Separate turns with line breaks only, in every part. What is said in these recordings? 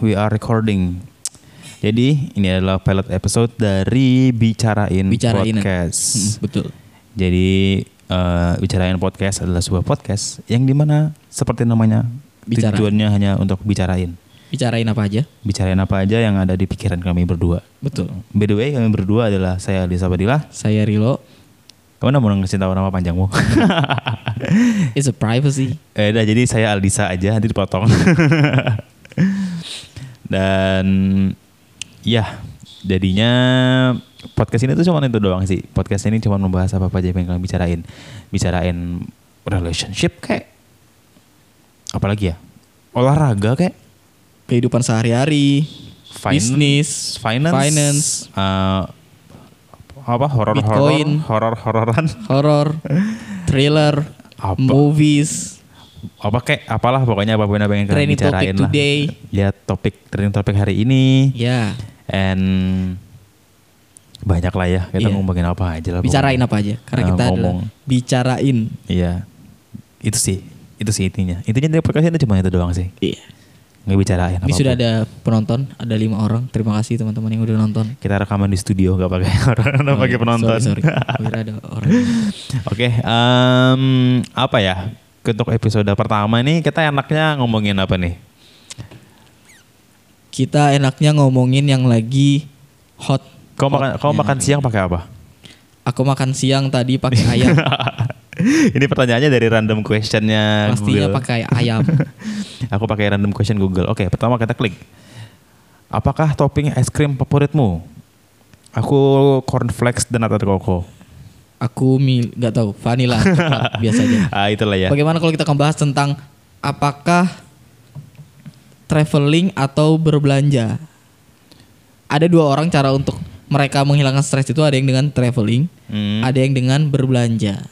We are recording. Jadi ini adalah pilot episode dari Bicarain,
Bicarain.
Podcast.
Betul.
Jadi eh, Bicarain Podcast adalah sebuah podcast yang dimana seperti namanya
Bicara.
tujuannya hanya untuk bicarain.
Bicarain apa aja?
Bicarain apa aja yang ada di pikiran kami berdua.
Betul.
By the way kami berdua adalah saya Lisa Badila.
Saya Rilo.
Kamu udah mau ngasih tahu nama panjangmu?
It's a privacy.
Eh, udah jadi saya Aldisa aja nanti dipotong. Dan ya jadinya podcast ini tuh cuma itu doang sih. Podcast ini cuma membahas apa apa aja yang kalian bicarain. Bicarain relationship kayak apalagi ya? Olahraga kayak
Kehidupan sehari-hari.
Finance.
Bisnis.
finance,
Finance.
eh, apa horor horor
Bitcoin.
horor hororan
Horror. Thriller.
Apa?
Movies.
apa kayak apalah pokoknya apapun apa yang kalian
Trending topic
bicarain lah.
today.
Ya topik trending topik hari ini.
Ya.
And banyak lah ya kita
Iya.
ngomongin apa aja lah. pokoknya.
Bicarain apa aja? Karena
Nah,
kita
ngomong.
adalah bicarain.
Iya. Itu sih, itu sih intinya. Intinya dari podcast ini cuma itu doang sih.
Iya.
Nggak bicarain
Ini
apa-apa.
sudah ada penonton, ada lima orang. Terima kasih teman-teman yang udah nonton.
Kita rekaman di studio nggak pakai orang, nggak
Oh,
pakai
iya.
penonton.
Sorry, sorry. Gua kira ada orang.
Oke, em, apa ya? Untuk episode pertama nih kita enaknya ngomongin apa nih?
Kita enaknya ngomongin yang lagi hot. Ya.
Kau makan,
iya.
kau makan siang pakai apa?
Aku makan siang tadi pakai ayam.
ini pertanyaannya dari random questionnya
Pastinya
Google.
pakai ayam.
Aku pakai random question Google. Oke, pertama kita klik. Apakah topping es krim favoritmu? Aku cornflakes dan nata koko.
Aku mil nggak tahu vanilla coklat, biasa aja.
Ah, itulah ya.
Bagaimana kalau kita akan bahas tentang apakah traveling atau berbelanja? Ada dua orang cara untuk mereka menghilangkan stres itu ada yang dengan traveling,
Hmm,
ada yang dengan berbelanja.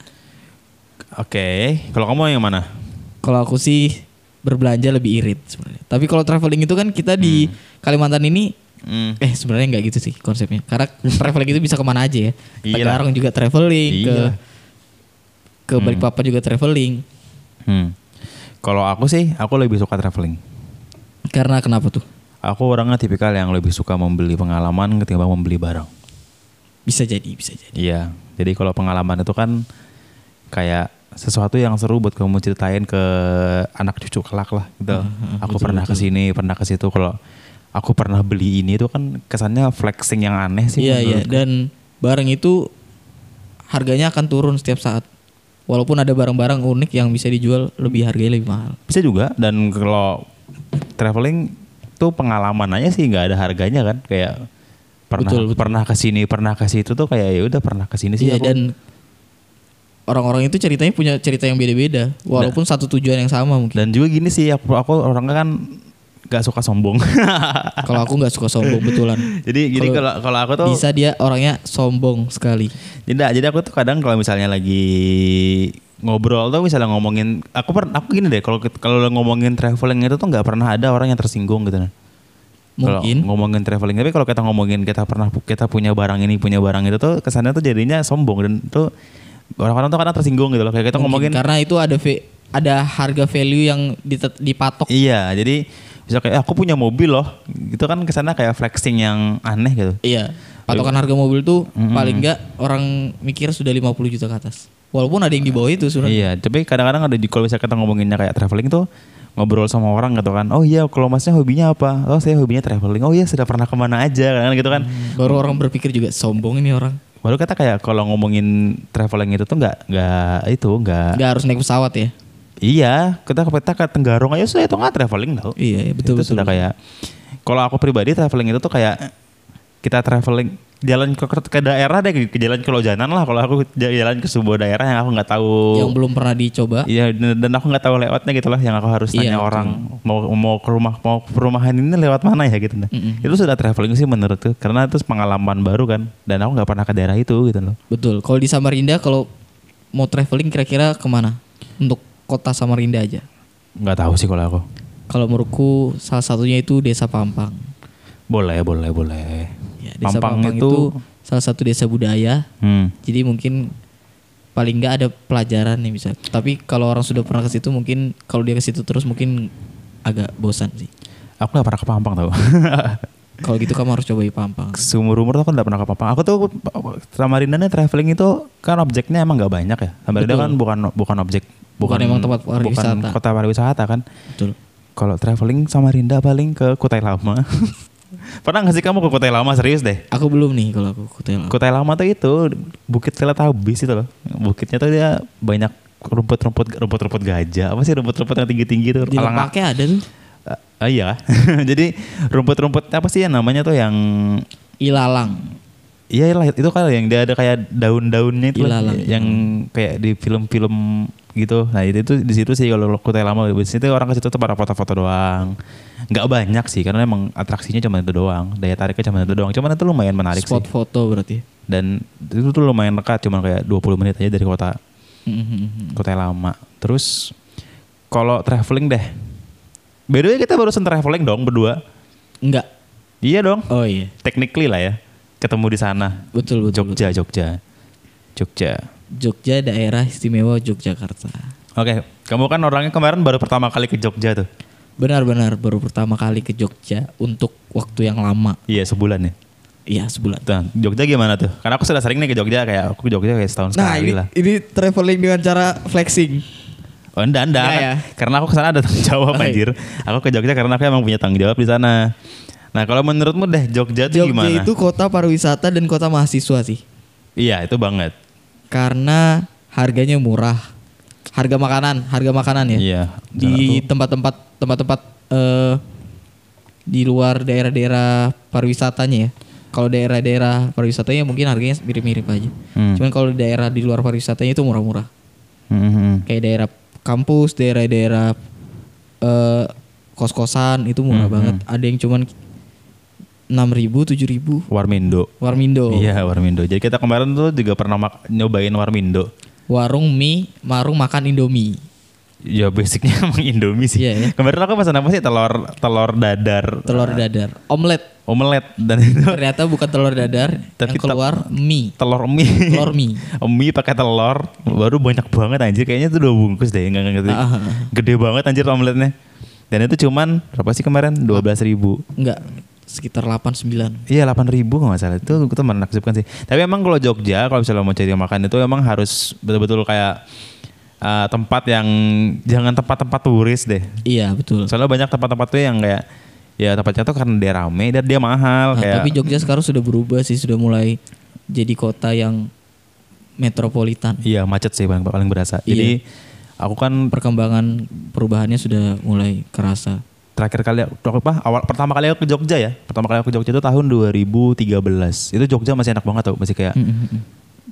Oke, kalau kamu yang mana?
Kalau aku sih berbelanja lebih irit sebenarnya. Tapi kalau traveling itu kan kita di Kalimantan ini
Hmm,
eh sebenarnya nggak gitu sih konsepnya. Karena traveling itu bisa kemana aja ya.
Iya.
Tegarong juga traveling,
Iya.
ke ke Balikpapan juga traveling.
hmm. Kalau aku sih, aku lebih suka traveling.
Karena kenapa tuh?
Aku orangnya tipikal yang lebih suka membeli pengalaman ketimbang membeli barang.
Bisa jadi, bisa jadi.
Iya. Jadi kalau pengalaman itu kan kayak sesuatu yang seru buat kamu ceritain ke anak cucu kelak lah gitu.
Mm-hmm,
aku pernah ke sini, pernah ke situ kalau aku pernah beli ini itu kan kesannya flexing yang aneh sih.
Iya, iya.
menurut-
Dan barang itu harganya akan turun setiap saat. Walaupun ada barang-barang unik yang bisa dijual lebih harganya lebih mahal.
Bisa juga dan kalau traveling tuh pengalaman aja sih nggak ada harganya kan kayak pernah
Betul, betul.
pernah ke sini, pernah ke situ tuh kayak ya udah pernah ke sini sih
Iya,
aku.
dan orang-orang itu ceritanya punya cerita yang beda-beda, walaupun
Nah.
satu tujuan yang sama mungkin.
Dan juga gini sih aku, aku orangnya kan gak suka sombong.
Kalau aku nggak suka sombong betulan.
Jadi gini kalau kalau aku tuh
Bisa dia orangnya sombong sekali.
Tidak, jadi aku tuh kadang kalau misalnya lagi ngobrol tuh misalnya ngomongin aku per, aku gini deh kalau kalau ngomongin traveling itu tuh nggak pernah ada orang yang tersinggung gitu nah. Kalau
Mungkin.
ngomongin traveling tapi kalau kita ngomongin kita pernah kita punya barang ini punya barang itu tuh kesannya tuh jadinya sombong dan tuh orang-orang tuh kadang tersinggung gitu loh kayak kita ngomongin
Mungkin karena itu ada ve- ada harga value yang ditet- dipatok.
iya jadi bisa kayak "Eh, aku punya mobil loh gitu kan kesannya kayak flexing yang aneh gitu
Iya. Patokan harga mobil tuh paling enggak orang mikir sudah 50 juta ke atas. Walaupun ada yang di bawah itu sebenarnya.
Iya, tapi kadang-kadang ada di kalau misalnya kita ngomonginnya kayak traveling tuh ngobrol sama orang gitu kan. Oh iya, kalau masnya hobinya apa? Oh saya hobinya traveling. Oh iya, sudah pernah kemana aja kan gitu kan.
Baru orang berpikir juga sombong ini orang.
Baru kata kayak kalau ngomongin traveling itu tuh nggak nggak itu nggak.
Enggak harus naik pesawat ya.
Iya, kita ke peta ke Tenggarong aja sudah itu nggak traveling tau.
Iya, iya,
itu
betul betul.
sudah kayak. Kalau aku pribadi traveling itu tuh kayak kita traveling jalan ke, ke daerah deh ke jalan ke Lojanan lah kalau aku jalan ke sebuah daerah yang aku nggak tahu
Yang belum pernah dicoba.
Iya dan dan aku nggak tahu lewatnya gitu lah yang aku harus tanya
Iya, betul.
orang mau mau ke rumah mau ke perumahan ini lewat mana ya gitu nah.
Mm-mm.
Itu sudah traveling sih menurutku karena itu pengalaman baru kan dan aku nggak pernah ke daerah itu gitu loh.
Betul. Kalau di Samarinda kalau mau traveling kira-kira kemana? Untuk kota Samarinda aja.
Nggak tahu sih kalau aku.
Kalau menurutku salah satunya itu Desa Pampang.
Boleh boleh boleh.
Ya, Desa Pampang, itu salah satu desa budaya
Hmm.
Jadi mungkin paling nggak ada pelajaran nih bisa. Tapi kalau orang sudah pernah ke situ mungkin kalau dia ke situ terus mungkin agak bosan sih.
Aku gak pernah ke Pampang tau.
Kalau gitu kamu harus coba Pampang.
Seumur umur tuh aku gak pernah ke Pampang. Aku tuh Samarinda nih traveling itu kan objeknya emang gak banyak ya. Samarinda
Betul.
kan bukan bukan objek
Bukan emang tempat pariwisata.
Bukan kota pariwisata kan.
Betul.
Kalau traveling Samarinda paling ke Kutai Lama. pernah gak sih kamu ke Kutai Lama serius deh?
Aku belum nih kalau aku ke Thailand.
Kutai Lama tuh itu Bukit Teletabis itu loh. Bukitnya tuh dia banyak rumput-rumput rumput-rumput gajah. Apa sih rumput-rumput yang tinggi-tinggi tuh?
Di
Alang-
Lempake ada tuh.
Eh, eh, iya. Jadi rumput-rumput apa sih yang namanya tuh yang
Ilalang.
Iya lah itu kan yang dia ada kayak daun-daunnya itu loh,
Ilalang. iya.
yang kayak di film-film gitu. Nah itu, itu di situ sih kalau Kutai Lama di situ orang ke situ tuh pada foto-foto doang. Nggak banyak sih karena emang atraksinya cuma itu doang, daya tariknya cuma itu doang. Cuman itu lumayan menarik
Spot
sih.
foto berarti.
Dan itu tuh lumayan dekat cuman kayak 20 menit aja dari kota
Mhm.
Kutai Lama. Terus kalau traveling deh. By the way kita barusan traveling dong berdua.
Enggak.
Iya dong.
Oh iya.
Technically lah ya. Ketemu di sana.
Betul betul.
Jogja, Jogja. Jogja.
Jogja daerah istimewa Yogyakarta.
Oke, kamu kan orangnya kemarin baru pertama kali ke Jogja tuh.
Benar-benar baru pertama kali ke Jogja untuk waktu yang lama.
Iya, sebulan ya.
Iya sebulan.
Tuh, Jogja gimana tuh? Karena aku sudah sering nih ke Jogja kayak aku ke Jogja kayak setahun sekali lah.
Nah, ini traveling dengan cara flexing.
Oh, enggak, enggak.
Enggak ya?
Karena aku ke sana ada tanggung jawab
Oh, iya.
anjir. Aku ke Jogja karena aku emang punya tanggung jawab di sana. Nah, kalau menurutmu deh Jogja tuh
Jogja
gimana?
itu kota pariwisata dan kota mahasiswa sih.
Iya, itu banget.
Karena harganya murah. Harga makanan, harga makanan ya.
Iya.
Di tempat-tempat tempat-tempat eh, di luar daerah-daerah pariwisatanya ya. Kalau daerah-daerah pariwisatanya mungkin harganya mirip-mirip aja.
Hmm.
Cuman kalau daerah di luar pariwisatanya itu murah-murah.
Mhm.
Kayak daerah kampus, daerah-daerah eh, kos-kosan itu
Hmm,
murah banget. Ada yang cuman 6.000, 7.000
Warmindo.
Warmindo.
Iya, Warmindo. Jadi kita kemarin tuh juga pernah mak- nyobain Warmindo.
Warung mie, warung makan Indomie.
Ya basicnya emang Indomie sih.
Iya, iya.
Kemarin aku pesan apa sih? Telur telur dadar,
Telur dadar, omelet.
omelet dan itu
Ternyata bukan telur dadar,
Tapi
yang keluar mie,
telur mie.
telur mie.
mie pakai telur baru banyak banget anjir kayaknya itu dua bungkus deh nggak ngerti
Ah, ah, ah.
gede banget anjir omeletnya dan itu cuman berapa sih kemarin dua belas ribu
Enggak, sekitar 8-9.
Iya 8000 ribu nggak salah itu kita menakjubkan sih. Tapi emang kalau Jogja kalau misalnya mau cari makan itu emang harus betul-betul kayak eh, tempat yang jangan tempat-tempat turis deh.
Iya, betul.
Soalnya banyak tempat-tempat tuh yang kayak ya tempatnya tuh karena dia rame dan dia mahal
Nah,
kayak.
tapi Jogja sekarang sudah berubah sih, sudah mulai jadi kota yang metropolitan.
Iya macet sih paling paling berasa.
Iya.
Jadi aku kan
Perkembangan perubahannya sudah mulai kerasa.
terakhir kali aku apa awal pertama kali aku ke Jogja ya pertama kali aku ke Jogja itu tahun 2013 itu Jogja masih enak banget tuh masih kayak Mm-hmm.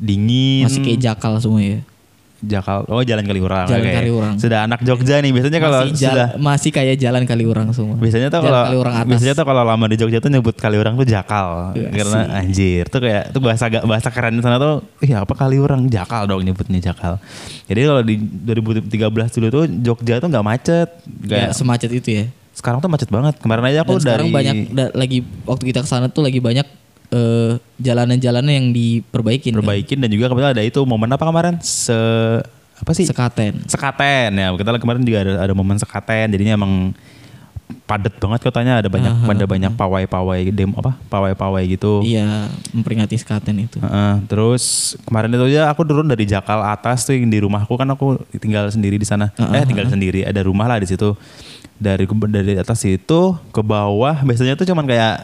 dingin
Hmm. Masih kayak jakal semua ya.
Jakal oh jalan Kaliurang
Jalan
oke.
Kaliurang.
sudah anak Jogja nih biasanya Ya, kalau
masih, jal-
sudah
masih kayak jalan kali orang semua.
biasanya tuh
Jalan
kalau
Kaliurang atas.
biasanya tuh kalau lama di Jogja tuh nyebut Kaliurang tuh Jakal
Iya
karena anjir tuh kayak tuh bahasa ga- bahasa keren di sana tuh iya apa Kaliurang Jakal dong nyebutnya Jakal jadi kalau di 2013 dulu tuh Jogja tuh nggak macet
Ya,
kayak
semacet itu ya.
sekarang tuh macet banget kemarin aja
Dan
aku
sekarang
dari
banyak da- lagi waktu kita ke sana tuh lagi banyak eh, jalanan-jalanan yang diperbaikin. kan?
perbaikin dan juga kebetulan ada itu momen apa kemarin se apa sih
Sekaten.
sekaten ya kita kemarin juga ada ada momen sekaten jadinya emang padat banget kotanya ada banyak ada banyak pawai-pawai dem apa pawai-pawai gitu
Iya, memperingati Sekaten itu.
Heeh, terus kemarin itu aja aku turun dari Jakal atas tuh yang di rumahku kan aku tinggal sendiri di sana. Eh tinggal sendiri, ada rumah lah di situ. Dari dari atas situ ke bawah biasanya tuh cuman kayak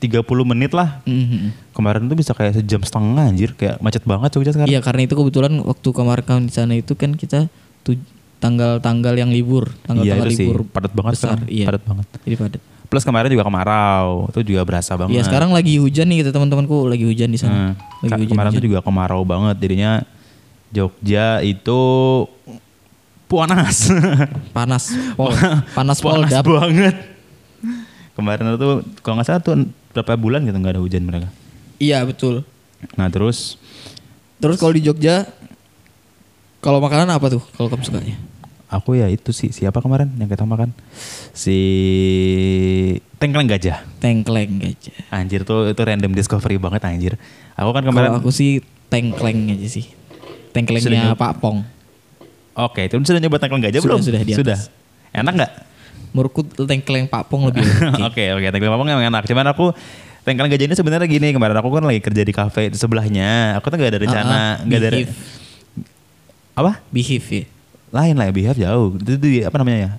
30 menit lah.
Mhm.
Kemarin tuh bisa kayak sejam setengah anjir, kayak macet banget Jogja sekarang.
Iya, karena itu kebetulan waktu kemarin kan di sana itu kan kita tu- tanggal-tanggal yang libur, tanggal-tanggal
Iya, itu sih,
libur.
padat banget
besar,
sekarang,
iya.
padat banget.
Jadi padat.
Plus kemarin juga kemarau, itu juga berasa banget.
Iya, sekarang lagi hujan nih kita teman-temanku lagi hujan di sana.
Hmm. Ka-
Lagi hujan.
kemarin tuh juga kemarau banget jadinya Jogja itu panas.
Panas, pol, panas pol
panas banget. Kemarin itu kalau nggak salah tuh berapa bulan gitu nggak ada hujan mereka.
Iya, betul.
Nah terus
Terus kalau di Jogja kalau makanan apa tuh kalau kamu sukanya?
aku ya itu sih siapa kemarin yang kita makan si tengkleng gajah.
Tengkleng aja.
Anjir tuh itu random discovery banget anjir. Aku kan
Kalau
kemarin
aku sih tengkleng aja sih.
Sudah
tengklengnya
nyoba.
Pak Pong.
Oke, itu sudah nyoba tengkleng gajah
Sudah,
belum?
sudah, di atas.
Enak nggak?
Menurutku tengkleng Pak Pong lebih oke.
Oke, oke. Tengkleng papang emang enak. Cuman aku tengkleng gajah ini sebenarnya gini. Kemarin aku kan lagi kerja di kafe di sebelahnya. Aku tuh nggak ada rencana,
Ah, ah,
nggak ada
behave.
apa?
behave ya.
Lain lah, ya, behave jauh. Itu di apa namanya ya?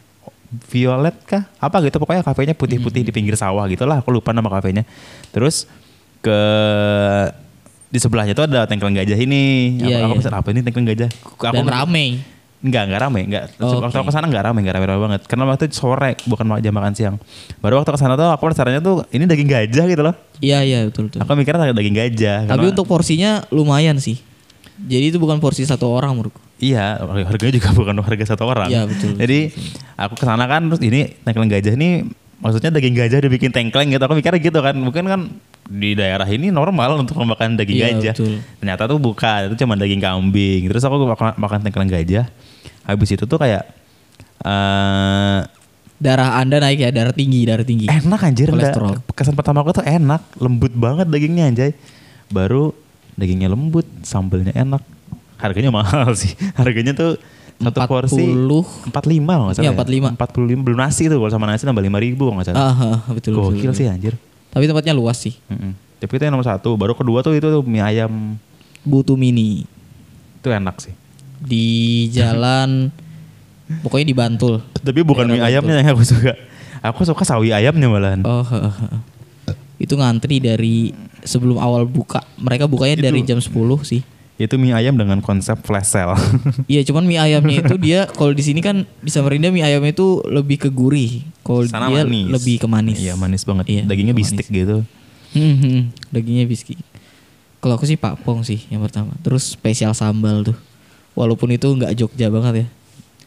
Violet kah? Apa gitu pokoknya kafenya
Hmm.
putih-putih di pinggir sawah gitu lah. Aku lupa nama kafenya. Terus ke di sebelahnya tuh ada tengkleng gajah ini.
Iya,
aku, aku
iya.
pesan apa ini tengkleng gajah? Aku
Dan rame.
Enggak, enggak rame, enggak.
Oh,
waktu
oke.
aku kesana enggak rame, enggak rame-rame banget. Karena waktu itu sore, bukan ma- jam makan siang. Baru waktu kesana tuh aku penasarannya tuh ini daging gajah gitu loh.
Iya iya betul betul.
Aku mikirnya ada daging gajah.
Tapi
karena-
untuk porsinya lumayan sih. Jadi itu bukan porsi satu orang menurutku.
iya, harganya juga bukan harga satu orang.
Iya, betul,
Jadi aku kesana kan terus ini tengkleng gajah ini maksudnya daging gajah dibikin tengkleng gitu. Aku mikirnya gitu kan. Mungkin kan di daerah ini normal untuk memakan daging
Iya,
gajah.
betul.
Ternyata tuh bukan, itu cuma daging kambing. Terus aku makan, makan tengkleng gajah. Habis itu tuh kayak eh
Darah Anda naik ya, darah tinggi, darah tinggi.
Enak anjir. nggak-
Kolesterol.
Kesan pertama aku tuh enak. Lembut banget dagingnya anjay. Baru dagingnya lembut, sambelnya enak. Harganya mahal sih. Harganya tuh satu
40.
porsi 45 kalau nggak salah. ya.
Iya, 45.
45 belum nasi tuh kalau sama nasi nambah 5 ribu kalau nggak salah.
Ah, ah, betul, betul,
Gokil
betul.
sih anjir.
Tapi tempatnya luas sih.
Mm-mm. Tapi itu yang nomor satu. Baru kedua tuh itu tuh mie ayam.
Butuh Mini
Itu enak sih.
di jalan pokoknya di Bantul.
Tapi bukan mie ayamnya yang aku suka. Aku suka sawi ayamnya malahan.
Oh, ha, ha, ha. itu ngantri dari sebelum awal buka. Mereka bukanya dari jam 10 sih.
Itu mie ayam dengan konsep flash sale.
Iya, cuman mie ayamnya itu dia kalau di sini kan di Samarinda mie ayamnya itu lebih ke gurih. Kalau
Sana
dia
manis.
lebih ke manis.
Iya manis banget.
Iya,
Dagingnya
manis.
bistik gitu.
Hmm, hmm, dagingnya biski. Kalau aku sih Pak Pong sih yang pertama. Terus spesial sambal tuh. Walaupun itu nggak Jogja banget ya.
Eh,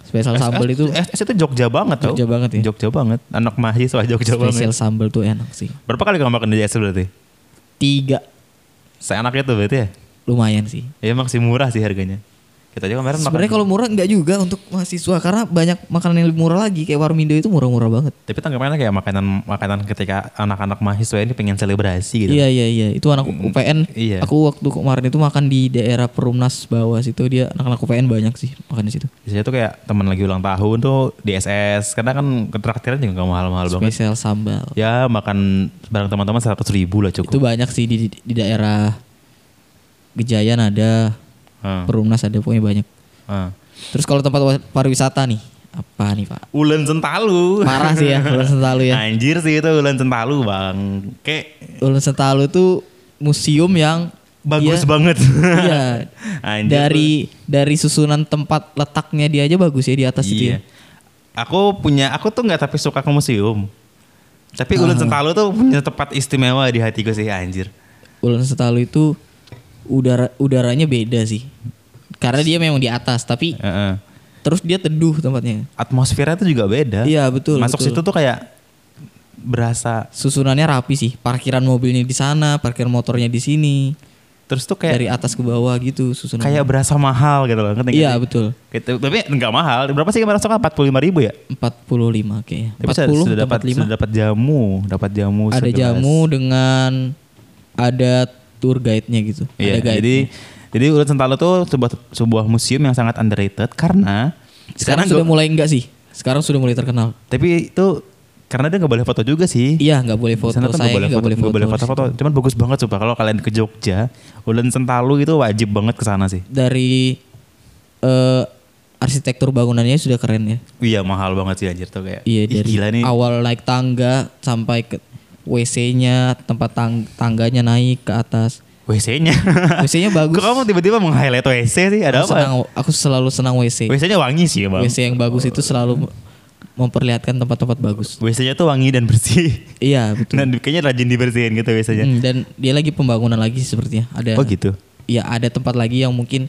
Spesial sambal itu
S, S itu Jogja banget tau.
Jogja banget ya?
Jogja banget. Anak mahasiswa Jogja
spesial
banget.
sambal tuh enak sih.
Berapa kali kamu makan di JS berarti?
Tiga
Seenaknya tuh berarti ya?
lumayan sih.
Ya emang sih murah sih harganya. Kita aja kemarin makan.
Sebenarnya kalau murah nggak juga untuk mahasiswa karena banyak makanan yang lebih murah lagi kayak Warmindo itu murah-murah banget.
Tapi tanggapannya kayak makanan makanan ketika anak-anak mahasiswa ini pengen selebrasi gitu.
Iya iya iya itu anak UPN.
iya.
Aku waktu kemarin itu makan di daerah Perumnas bawah situ dia anak-anak UPN banyak sih makan di situ.
Biasanya tuh kayak teman lagi ulang tahun tuh di SS. Karena kan traktiran juga gak mahal-mahal banget.
Spesial sambal.
Ya makan bareng teman-teman 100 ribu lah
Itu
cukup.
banyak sih di, di, di daerah Gejayan ada,
Heeh.
Perumnas ada pokoknya banyak.
Heeh.
Terus kalau tempat wa- pariwisata nih, apa nih Pak?
Ulen Sentalu.
Parah sih ya Ulun Sentalu ya.
Anjir sih itu Ulen Sentalu bang. Kayak
Ulun Sentalu tuh museum yang
bagus
dia-
banget.
Iya.
Anjir.
Dari dari susunan tempat letaknya dia aja bagus ya di atas itu ya.
Iya. Aku punya, aku tuh nggak tapi suka ke museum. Tapi
Ah.
Ulun Sentalu tuh punya tempat istimewa di hatiku sih anjir.
Ulun Sentalu itu udara udaranya beda sih. Karena dia memang di atas tapi
Heeh.
terus dia teduh tempatnya.
Atmosfernya tuh juga beda.
Iya, betul,
Masuk
betul.
situ tuh kayak berasa.
Susunannya rapi sih. Parkiran mobilnya di sana, parkir motornya di sini.
Terus tuh kayak
dari atas ke bawah gitu susunan.
kayak berasa mahal gitu loh. Ngerti nggak
Iya
sih?
betul.
Gitu. Tapi nggak mahal. Berapa sih kemarin suka 45 ribu ya?
45 kayaknya.
Tapi sudah-
40
sudah dapat sudah
45.
dapat jamu, dapat jamu
Ada
segelas.
jamu dengan ada tour guide-nya gitu.
Iya,
ada guide.
jadi jadi Ulen Sentalu tuh sebuah sebuah museum yang sangat underrated karena
sekarang
sekarang
sudah
gua-
mulai enggak sih? Sekarang sudah mulai terkenal.
tapi itu karena dia nggak boleh foto juga sih.
Iya, nggak boleh
Di
foto.
sana tuh
Saya nggak boleh foto.
nggak boleh foto-foto. Cuman bagus banget sumpah kalau kalian ke Jogja, Ulen Sentalu itu wajib banget ke sana sih.
Dari eh, arsitektur bangunannya sudah keren ya.
Iya, mahal banget sih anjir tuh kayak.
Iya,
ih,
dari
gila nih.
awal naik tangga sampai ke WC-nya, tempat tang- tangganya naik ke atas.
WC-nya.
WC-nya bagus.
Kok kamu tiba-tiba meng-highlight WC sih? Ada
Aku
apa?
senang- aku selalu senang WC.
WC-nya wangi sih, Bang.
WC yang bagus itu selalu memperlihatkan tempat-tempat bagus.
WC-nya tuh wangi dan bersih.
Iya betul.
Dan kayaknya rajin dibersihin gitu WC-nya.
Hmm, dan dia lagi pembangunan lagi sih sepertinya. Ada.
Oh gitu.
Ya ada tempat lagi yang mungkin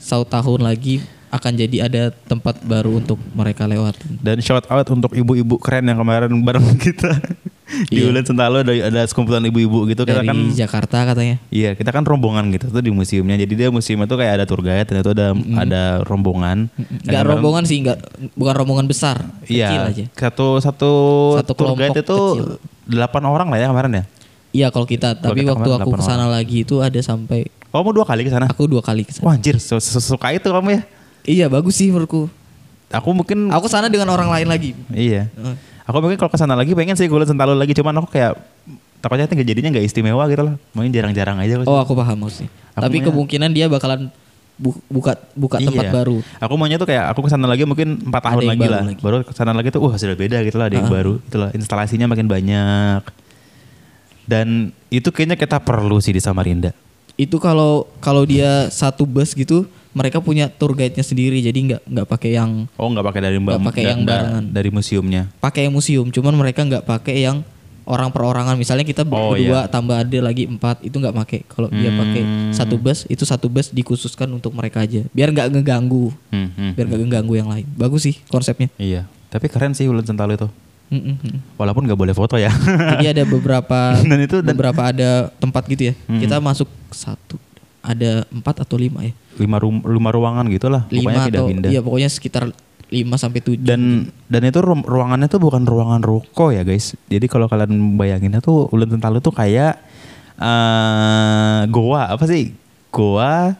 satu tahun lagi akan jadi ada tempat baru untuk mereka lewatin.
Dan shout out untuk ibu-ibu keren yang kemarin bareng kita di Ulen Sentalu ada, ada sekumpulan ibu-ibu gitu kita
Iya. Dari
kan
Jakarta katanya.
iya kita kan rombongan gitu tuh di museumnya jadi dia museumnya tuh kayak ada tour guide dan itu ada ada rombongan Dan
Enggak
kemarin-
rombongan sih, enggak bukan rombongan besar,
kan iya
kecil aja.
satu satu,
Satu
tour
kelompok
guide itu
kecil.
delapan orang lah ya kemarin ya
Iya kalau kita, tapi
kita
waktu
kemarin
aku
delapan
kesana lagi itu ada sampai
Oh, kamu dua kali ke sana?
Aku dua kali ke sana.
Wah, anjir, se- se- sesuka itu kamu ya.
Iya bagus sih menurutku.
Aku mungkin
Aku sana dengan orang lain lagi.
iya.
Heeh.
Aku mungkin kalau ke sana lagi pengen sih gue sentalu lagi, cuman aku kayak takutnya itu nggak- jadinya nggak istimewa gitu loh. Mungkin jarang-jarang aja.
Oh aku paham maksudnya.
Aku
Tapi
punya-
kemungkinan dia bakalan bu- buka buka
Iya.
tempat baru.
Aku maunya tuh kayak aku kesana lagi mungkin 4 tahun
yang
lagi
baru
lah.
lagi.
Baru kesana lagi tuh wah sudah beda gitu lah ada yang baru. Gitu lah. Instalasinya makin banyak. Dan itu kayaknya kita perlu sih di Samarinda.
Itu kalau kalau dia satu bus gitu, mereka punya tour guide-nya sendiri. Jadi nggak nggak pakai yang
Oh nggak pakai dari mbak,
Nggak pakai
nggak-
yang
nggak
barengan.
dari museumnya.
pakai yang museum. Cuman mereka nggak pakai yang orang perorangan. Misalnya kita ber-
Oh, Hmm.
berdua tambah ada lagi empat itu nggak pakai. Kalau dia pakai satu bus itu satu bus dikhususkan untuk mereka aja. Biar nggak ngeganggu.
Hmm, hmm.
Biar nggak ngeganggu yang lain. Bagus sih konsepnya.
Iya. Tapi keren sih Ulen Sentalu itu.
Mm, mm, mm.
Walaupun nggak boleh foto ya.
Jadi ada beberapa
Dan itu- dan-
beberapa ada tempat gitu ya. Kita masuk satu ada empat atau lima ya.
lima, rum, lima ruangan gitu lah. Pokoknya
Lima atau
pindah-pindah.
iya pokoknya sekitar lima sampai tujuh.
Dan dan itu ru- ruangannya tuh bukan ruangan ruko ya guys. Jadi kalau kalian bayanginnya tuh Ulun Tentalu tuh kayak eh goa apa sih? Goa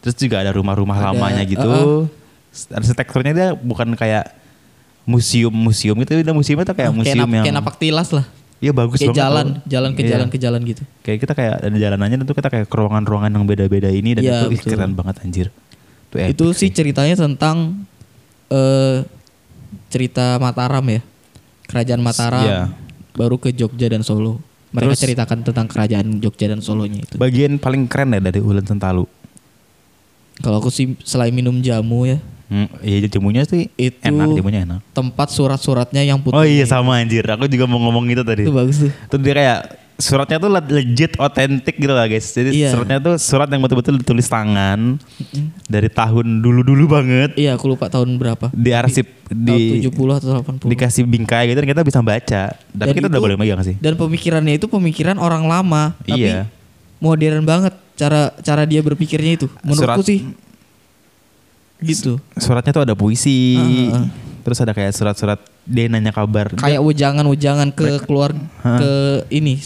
terus juga ada rumah-rumah
Ada, eh,
lamanya gitu. Ada teksturnya dia bukan kayak museum-museum gitu, udah museumnya tuh kayak
Ah,
museum
nap-
yang
kayak napak tilas lah.
Iya bagus
Kayak
banget
jalan,
tau.
jalan ke
Iya.
jalan ke jalan gitu.
Kayak kita kayak ada jalanannya dan tuh kita kayak ke ruangan-ruangan yang beda-beda ini dan
Iya,
itu ih,
betul.
keren banget anjir. Itu epic ya.
itu sih ceritanya tentang eh cerita Mataram ya. Kerajaan Mataram
Iya.
baru ke Jogja dan Solo. Mereka
Terus-
ceritakan tentang kerajaan Jogja dan Solonya itu.
bagian paling keren ya dari Ulun Sentalu.
Kalau aku sih selain minum jamu ya,
Hmm, iya jamunya sih
Itu-
enak, jamunya enak.
tempat surat-suratnya yang putih.
Oh iya sama anjir, aku juga mau ngomong gitu tadi.
Itu bagus tuh.
Itu dia kayak suratnya tuh le- legit otentik gitu lah guys. Jadi
Iya.
suratnya tuh surat yang betul-betul ditulis tangan dari tahun dulu-dulu banget
Iya, aku lupa tahun berapa.
diarsip di
tahun 70 atau 80.
dikasih bingkai gitu dan kita bisa baca. Tapi
Dan
kita udah
itu-
boleh megang sih.
Dan pemikirannya itu pemikiran orang lama, tapi
Iya.
modern banget cara cara dia berpikirnya itu. Menurutku
Surat-
sih gitu.
Suratnya tuh ada puisi.
Ah, ah.
Terus ada kayak surat-surat dia nanya kabar.
Kayak wejangan-wejangan ke keluar ke ini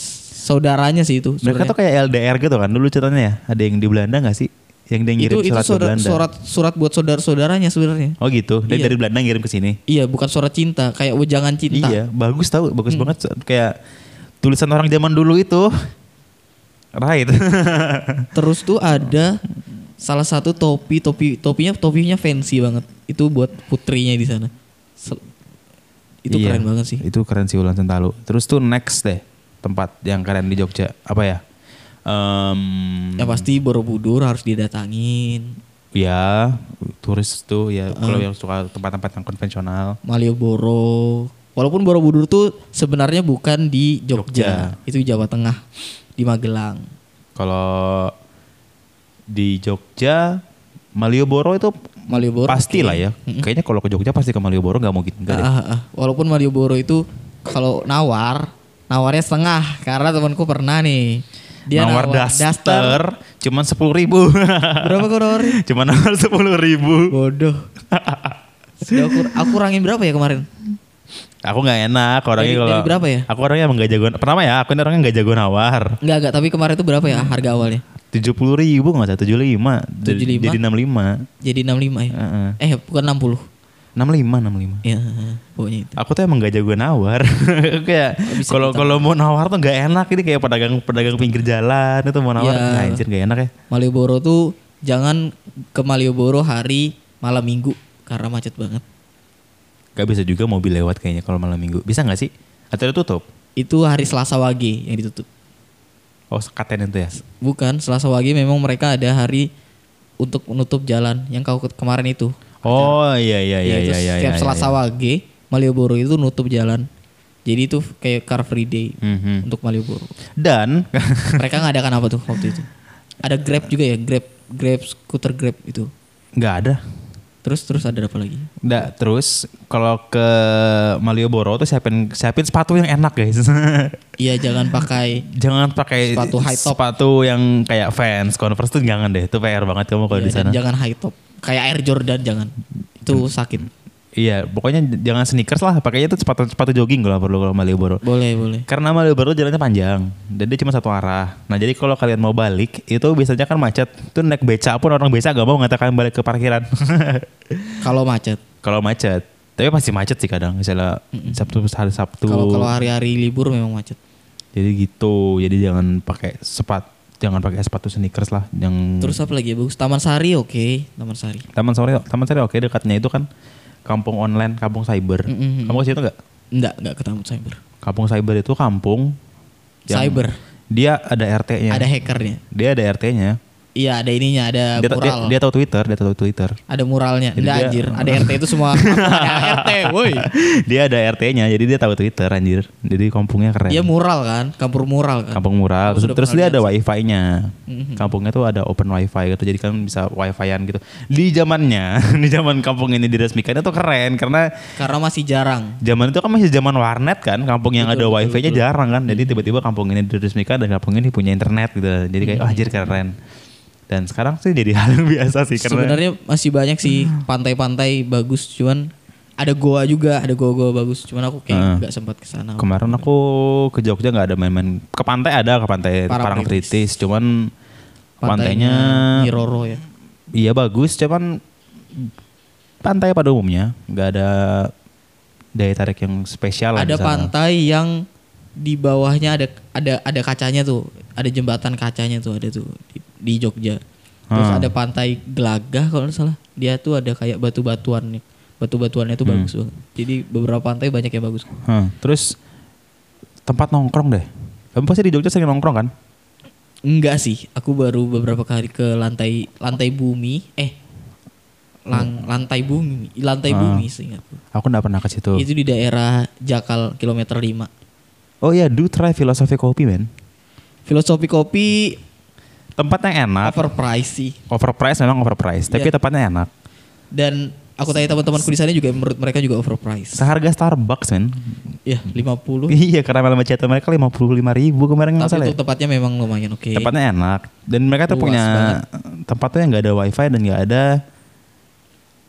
saudaranya sih itu.
Mereka
sebenarnya.
tuh kayak LDR gitu kan dulu ceritanya ya. Ada yang di Belanda gak sih? Yang dia ngirim
itu itu
surat ke
surat
Belanda.
surat surat buat saudara-saudaranya sebenarnya.
Oh gitu. Dia
Iya.
dari Belanda ngirim ke sini.
Iya, bukan surat cinta, kayak wejangan cinta. Hmm.
Iya, bagus tahu, bagus banget kayak tulisan orang zaman dulu itu. Right.
Terus tuh ada salah satu topi topi topinya topinya fancy banget. Itu buat putrinya di sana. Sel- Itu
Iya,
keren banget sih.
Itu keren sih Ulan Sentalu. Terus tuh next deh tempat yang keren di Jogja apa ya? Em,
Ya pasti Borobudur harus didatangin.
ya turis tuh ya kalau yang suka tempat-tempat yang konvensional.
Malioboro. Walaupun Borobudur tuh sebenarnya bukan di Jogja, itu di Jawa Tengah, di Magelang.
Kalau di Jogja Malioboro itu
Malioboro.
pasti lah ya. Kayaknya kalau ke Jogja pasti ke Malioboro nggak mungkin enggak deh.
Ah, ah, ah. Walaupun Malioboro itu kalau nawar, nawarnya setengah karena temanku pernah nih. Dia
nawar daster, cuman sepuluh ribu.
Berapa kau nawar?
Cuma nawar sepuluh ribu.
Bodoh. Sudah aku, aku kurangin berapa ya kemarin?
Aku nggak enak orangnya
Dari-
kalau.
dari berapa ya?
Aku orangnya emang nggak jago. Pertama ya, aku ini orangnya nggak jago nawar.
Enggak, enggak, tapi kemarin itu berapa ya
Hmm.
harga awalnya?
Tujuh puluh ribu nggak salah tujuh lima.
75?
Jadi enam lima.
Jadi 65 ya.
Heeh.
Eh, bukan 60.
Enam lima, enam lima.
Ya, pokoknya itu.
Aku tuh emang gak jago nawar. kayak
Oh,
kalau kalau mau nawar tuh gak enak ini kayak pedagang pedagang pinggir jalan itu mau nawar
Iya.
nah, anjir gak enak ya.
Malioboro tuh jangan ke Malioboro hari malam minggu karena macet banget.
Gak bisa juga mobil lewat kayaknya kalau malam minggu. Bisa gak sih? Atau udah tutup?
Itu hari Selasa Wage yang ditutup.
Oh sekaten itu ya.
Bukan Selasa Wage memang mereka ada hari untuk menutup jalan yang kau ke- kemarin itu.
Oh iya iya iya
Yaitu
iya iya.
setiap
iya,
Selasa
iya.
Wage Malioboro itu nutup jalan. Jadi itu kayak Car Free Day
Mhm.
untuk Malioboro.
Dan
mereka ngadakan apa tuh waktu itu? Ada Grab juga ya, Grab, Grab scooter Grab itu.
nggak ada.
Terus terus ada apa lagi?
Nggak, terus kalau ke Malioboro tuh siapin siapin sepatu yang enak guys.
Iya jangan pakai
jangan pakai
Sepatu high top.
sepatu yang kayak fans Converse tuh jangan deh. Itu PR banget kamu kalau
Iya,
di sana. Hmm.
dan Jangan high top. Kayak Air Jordan jangan. Itu sakit.
Iya, pokoknya j- jangan sneakers lah. Pakainya tuh sepatu sepatu jogging kalau perlu kalau Malioboro.
Boleh, boleh.
Karena Malioboro jalannya panjang dan dia cuma satu arah. Nah jadi kalau kalian mau balik itu biasanya kan macet. Itu naik beca pun orang beca gak mau ngatakan balik ke parkiran.
Kalau macet.
kalau macet, tapi pasti macet sih kadang. Misalnya Sabtu hari Sabtu.
Kalau kalau hari-hari libur memang macet.
Jadi gitu. Jadi jangan pakai sepat, jangan pakai sepatu sneakers lah. Yang
Terus apa lagi ya bagus? Taman Sari oke, Taman Sari.
Taman Sari, Taman Sari oke dekatnya itu kan kampung online, kampung cyber.
Mm-mm.
Kamu ke situ nggak?
Enggak, enggak ketemu cyber.
Kampung cyber itu kampung yang- Iya.
Cyber.
Dia ada RT-nya.
Ada hackernya.
Dia ada RT-nya.
Iya, ada ininya, ada
Dia, ta- dia,
mural.
dia tahu Twitter, dia tahu Twitter.
ada muralnya.
Jadi
Enggak
dia-
anjir, ada RT itu semua. ada RT, woi.
dia ada RT-nya, jadi dia tahu Twitter anjir. Jadi kampungnya keren.
Dia mural kan, kampur mural kan.
Kampung mural. Terus,
Udah
terus
pernah Mm-hmm.
dia ada wifi-nya. Kampungnya tuh ada open wifi gitu. Jadi kan bisa wifi-an gitu. Di zamannya, di zaman kampung ini diresmikan itu keren karena
Karena masih jarang.
zaman itu kan masih zaman warnet kan. Kampung yang ada wifi-nya jarang kan.
Mm-hmm.
Jadi tiba-tiba kampung ini diresmikan dan kampung ini punya internet gitu. Jadi
Mm-hmm.
kayak "Wah, anjir keren. Dan sekarang sih jadi hal yang biasa sih karena Hmm.
Sebenarnya masih banyak sih pantai-pantai bagus, cuman ada goa juga, ada goa-goa bagus. Cuman aku
Heeh.
kayak nggak sempat ke sana.
kemarin aku ke Jogja nggak ada main-main ke pantai ada ke pantai
Parangtritis.
Parangtritis cuman
Pantainya
pantainya
Miroro ya.
Iya bagus, cuman pantai pada umumnya nggak ada daya tarik yang spesial. lah di
ada
sana.
pantai yang di bawahnya ada ada ada kacanya tuh, ada jembatan kacanya tuh ada tuh di, di Jogja. Terus
Hmm.
ada pantai Gelagah kalau nggak salah. Dia tuh ada kayak batu-batuan nih. Batu-batuannya
Hmm.
tuh bagus banget. Jadi beberapa pantai banyak yang bagus.
Hah, terus tempat nongkrong deh. Kamu pasti di Jogja sering nongkrong kan?
Enggak sih, aku baru beberapa kali ke lantai lantai bumi, eh lang, lantai bumi, lantai
Ah.
bumi seingatku.
Aku nggak pernah ke situ.
Itu di daerah Jakal kilometer 5.
Oh iya, do try filosofi kopi men.
Filosofi kopi
Tempat yang enak,
overpriced sih.
overpriced memang overpriced, tapi
Iya.
tempatnya enak.
Dan aku tanya teman-temanku di sana juga menurut mereka juga overpriced.
Seharga Starbucks men.
Ya, 50.
iya, karena malam chat mereka 55.000 ribu kemarin nggak
Tapi
salah.
itu
ya?
tempatnya memang lumayan oke.
Tempatnya enak dan mereka tuh
Luas
punya
banget.
tempatnya yang nggak ada wifi dan nggak ada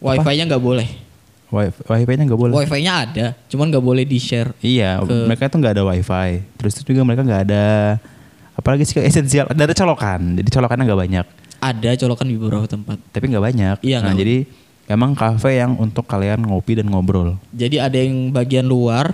Wi-Fi-nya nggak boleh.
wifi, wifi-nya nggak boleh.
Wi-Fi-nya ada, cuman nggak boleh di-share.
Iya,
Ke-
mereka tuh nggak ada wifi. Terus itu juga mereka nggak ada apalagi sih kayak esensial. Ada colokan, jadi colokannya nggak banyak,
Ada colokan di beberapa tempat.
tapi nggak banyak.
Iya,
nah,
nggak
jadi emang kafe yang untuk kalian ngopi dan ngobrol.
Jadi ada yang bagian luar,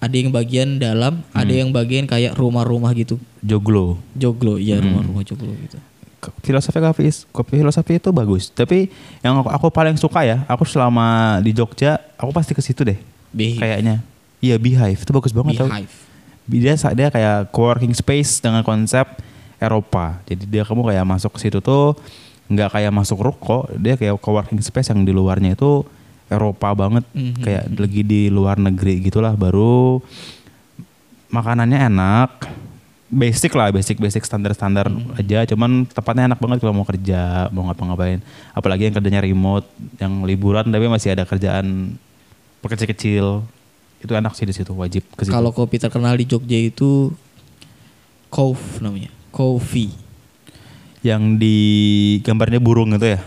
ada yang bagian dalam, ada
Hmm.
yang bagian kayak rumah-rumah gitu.
Joglo.
Joglo, iya
Hmm.
rumah-rumah joglo gitu.
K- Filosofi kopi, is- kopi filosofi itu bagus. Tapi yang aku, aku paling suka ya, aku selama di Jogja, aku pasti ke situ deh.
Beehive.
Kayaknya. Iya, Beehive itu bagus banget tau.
Beehive.
dia dia kayak co-working space dengan konsep Eropa. Jadi dia kamu kayak masuk ke situ tuh nggak kayak masuk ruko, dia kayak co-working space yang di luarnya itu Eropa banget,
Mhm.
kayak lagi di luar negeri gitulah. Baru makanannya enak, basic lah, basic basic standar standar aja. Cuman tempatnya enak banget kalau mau kerja, mau ngapa-ngapain. Apalagi yang kerjanya remote, yang liburan tapi masih ada kerjaan pekerja kecil itu enak sih di situ wajib ke situ.
Kalau kopi terkenal di Jogja itu Cove namanya. Coffee.
yang di gambarnya burung itu ya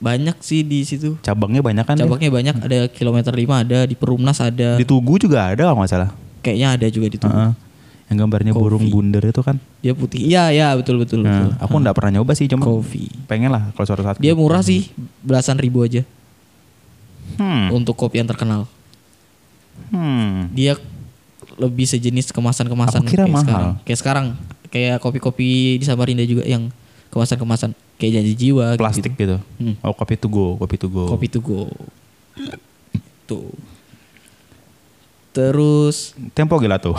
Banyak sih di situ.
cabangnya banyak kan ya?
Cabangnya banyak, ada kilometer 5, ada di Perumnas ada.
di Ah. Tugu juga ada kalau nggak salah
Kayaknya ada juga di Tugu.
Heeh. yang gambarnya burung bundar itu kan
Dia putih. Iya, iya, betul betul. betul.
Nah, aku nggak pernah nyoba sih cuma
Coffee.
pengen lah kalau suatu saat gitu.
Dia murah sih, belasan ribu aja
hmm.
untuk kopi yang terkenal.
hmm.
dia lebih sejenis kemasan-kemasan
Aku kira
kayak
mahal.
sekarang. Kayak sekarang kayak kopi-kopi di Samarinda juga yang kemasan-kemasan kayak janji jiwa gitu.
plastik Oh. gitu,
Hmm.
oh kopi to go kopi to go
Kopi to go. Tuh. Terus
tempo gelato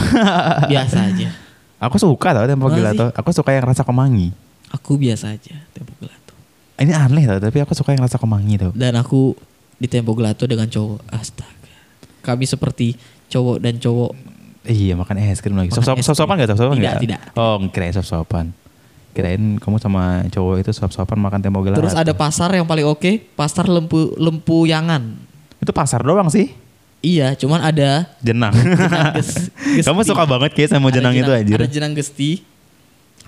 biasa aja.
aku suka tau tempo
Mana
gelato aku suka yang rasa kemangi
Aku biasa aja Tempo Gelato.
ini aneh tau tapi aku suka yang rasa kemangi tau
Dan aku di Tempo Gelato dengan cowok. Astaga. Kami seperti cowok dan cowok.
Iya makan es krim lagi.
Makan
Sop sop
es
sop sopan
krim.
nggak sop sopan
Tidak,
nggak?
tidak.
Oh kirain sop sopan. Kirain kamu sama cowok itu sop sopan makan tempo gelato.
Terus ada pasar yang paling oke, pasar lempu lempuyangan.
itu pasar doang sih.
Iya, cuman ada
Jenang.
jenang ges- gesti.
kamu suka banget kayak sama
Ada
jenang, itu anjir.
Ada jenang gesti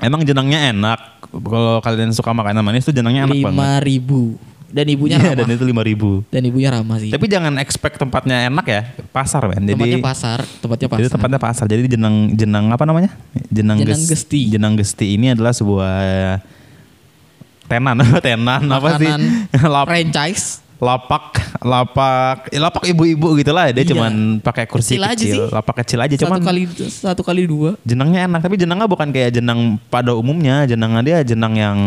Emang jenangnya enak. Kalau kalian suka makanan manis tuh jenangnya enak banget.
lima ribu. dan ibunya
Iya,
ramah.
dan itu lima ribu.
Dan ibunya ramah sih.
Tapi jangan expect tempatnya enak ya, pasar men. Jadi
Iya. tempatnya pasar, tempatnya pasar.
Jadi tempatnya pasar. Jadi jenang jenang apa namanya? Jenang,
Jenang
Ges-
Gesti.
Jenang Gesti ini adalah sebuah tenan tenan apa sih?
Makanan
Lap-
franchise.
lapak lapak ya, lapak ibu-ibu gitulah dia
Iya.
cuman pakai kursi
Kecil
kecil,
aja sih.
lapak kecil aja
Satu
Ya, cuman
kali satu kali dua
jenangnya enak tapi jenangnya bukan kayak jenang pada umumnya jenangnya dia jenang yang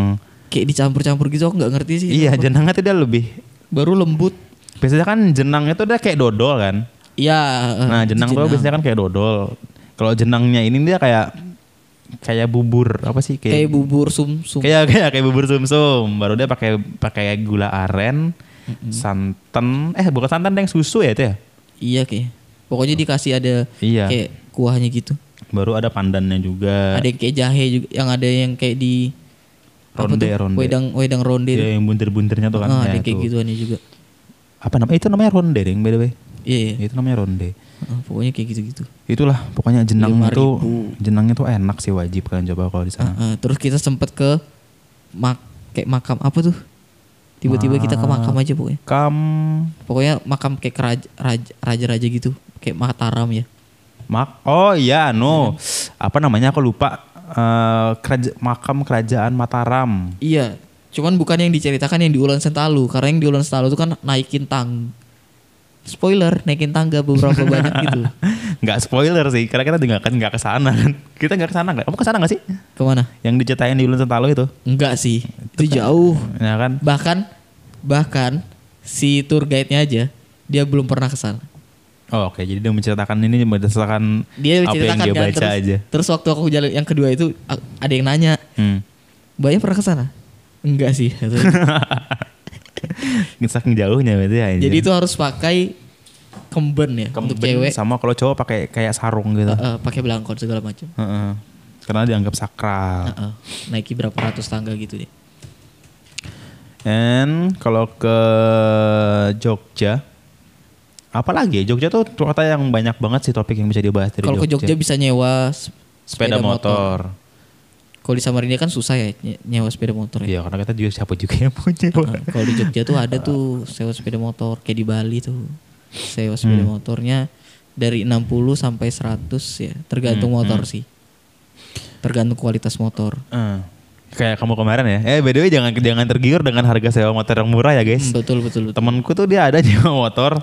kayak dicampur-campur gitu aku nggak ngerti sih.
iya jenangnya tuh dia lebih
Baru lembut.
biasanya kan jenang itu dia kayak dodol kan
Iya. eh,
Nah jenang tuh biasanya kan kayak dodol. Kalau jenangnya ini dia kayak kayak bubur apa sih
kayak
kayak
bubur sum sum.
kayak kayak, kayak bubur sumsum. Baru dia pakai pakai gula aren, santan. Eh bukan santan deng susu ya itu ya.
Iya kayak. Pokoknya dikasih ada
Iya. Eh.
kayak kuahnya gitu.
Baru ada pandannya juga.
Ada yang kayak jahe juga, yang ada yang kayak di apa
Ronde,
tuh?
ronde.
Wedang wedang ronde.
Dia yang buntir-buntirnya tuh kan.
Ah,
ya,
ada yang kayak
itu.
gituannya juga.
Apa namanya? Itu namanya ronde deng by the way.
Iya. iya.
Itu namanya ronde.
Ah, pokoknya kayak gitu-gitu.
Itulah pokoknya jenang
5.000.
itu jenangnya tuh enak sih wajib kalian coba kalau di
Ah,
sana.
ah, terus kita sempet ke mak kayak makam apa tuh? Tiba-tiba kita ke
Ah.
makam aja pokoknya.
Kam
Pokoknya makam kayak keraja- raja- raja-raja gitu, kayak Mataram ya.
Mak oh iya no apa namanya aku lupa Eh, keraja- makam kerajaan Mataram
Iya, cuman bukan yang diceritakan yang di Ulan Sentalu, karena yang di Ulan Sentalu itu kan naikin tang. Spoiler, naikin tangga beberapa banyak gitu.
nggak spoiler sih karena kita juga kan nggak kesana kan kita nggak kesana nggak kamu kesana nggak sih
Kemana?
yang diceritain di Ulun Sentalo itu
Enggak sih, itu jauh.
ya kan
Bahkan bahkan si tour guide-nya aja dia belum pernah ke sana.
oh, oke jadi dia menceritakan ini menceritakan
Dia
apa yang
ceritakan
dia
kan,
baca
terus,
aja
terus waktu aku jalan yang kedua itu a- ada yang nanya,
hmm.
"Mbaknya pernah ke sana?" Enggak sih.
saking jauhnya berarti ya
Jadi itu harus pakai kemben ya untuk cewek,
sama kalau cowok pakai kayak sarung gitu
eh, pakai belangkon segala macam.
Heeh. karena dianggap sakral
Heeh. Naiki berapa ratus tangga gitu deh.
And kalau ke Jogja, apa lagi? ya? Jogja tuh kota yang banyak banget sih topik yang bisa dibahas dari
Kalau ke Jogja bisa nyewa s-
sepeda, motor.
Kalau di Samarinda kan susah ya nye- nyewa sepeda motor
Iya,
ya.
karena kita juga siapa juga yang punya.
Nah, Kalau di Jogja tuh ada tuh sewa sepeda motor kayak di Bali tuh. Sewa sepeda
Hmm.
motornya dari 60 sampai 100 ya, tergantung
Hmm,
motor sih. Tergantung kualitas motor.
Eh, Kayak kamu kemarin ya. Eh, by the way jangan jangan tergiur dengan harga sewa motor yang murah ya, guys.
Hmm, betul betul betul.
Temanku tuh dia ada nyewa motor,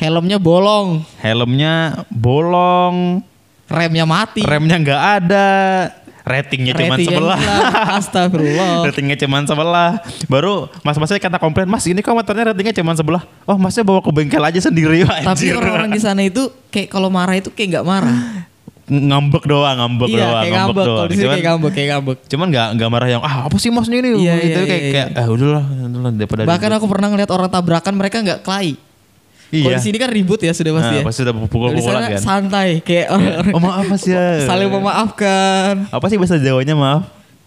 Helmnya bolong,
helmnya bolong,
remnya mati.
remnya nggak ada, ratingnya cuma
Ratingnya
sebelah.
hilang. Astagfirullah.
ratingnya cuman sebelah baru mas masnya kata komplain mas ini kok motornya ratingnya cuman sebelah oh masnya bawa ke bengkel aja sendiri wah,
Tapi
anjir
orang-orang di sana itu kayak kalau marah itu kayak nggak marah.
ngambek doang ngambek
iya,
doang
kayak ngambek. Kalau di sini
cuman
kayak ngambek, kayak ngambek.
cuman nggak nggak marah yang ah apa sih masnya ini
Iya,
gitu
iya,
kayak
iya,
kayak ah udahlah udahlah daripada gitu."
Bahkan aku pernah ngeliat orang tabrakan mereka nggak kelahi. Kalau
iya
di sini kan ribut ya sudah pasti
Nah,
ya.
pasti udah
Kalau di
pukul-pukulan
sana
kan
santai kayak orang-orang
oh maaf mas ya
saling memaafkan.
apa sih bahasa Jawanya maaf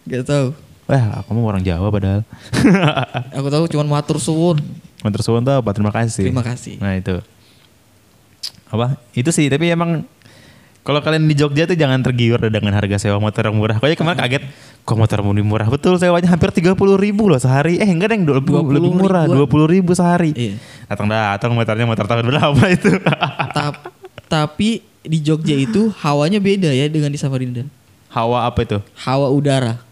Gak tahu.
Wah, kamu orang Jawa padahal.
Aku tahu cuman matur suwun.
Mentor Suwon tuh apa? Terima kasih.
Terima kasih.
Nah itu apa? Itu sih tapi emang kalau kalian di Jogja tuh jangan tergiur dengan harga sewa motor yang murah. Kayaknya kemarin kaget, kok motor murni murah? Betul sewanya hampir 30 ribu loh sehari. Eh enggak deng, du- lebih,
20
lebih murah,
ribuan.
20 ribu sehari.
Iya.
Datang datang motornya motor tahun berapa itu?
Ta- tapi di Jogja itu hawanya beda ya dengan di Samarinda.
Hawa apa itu?
Hawa udara.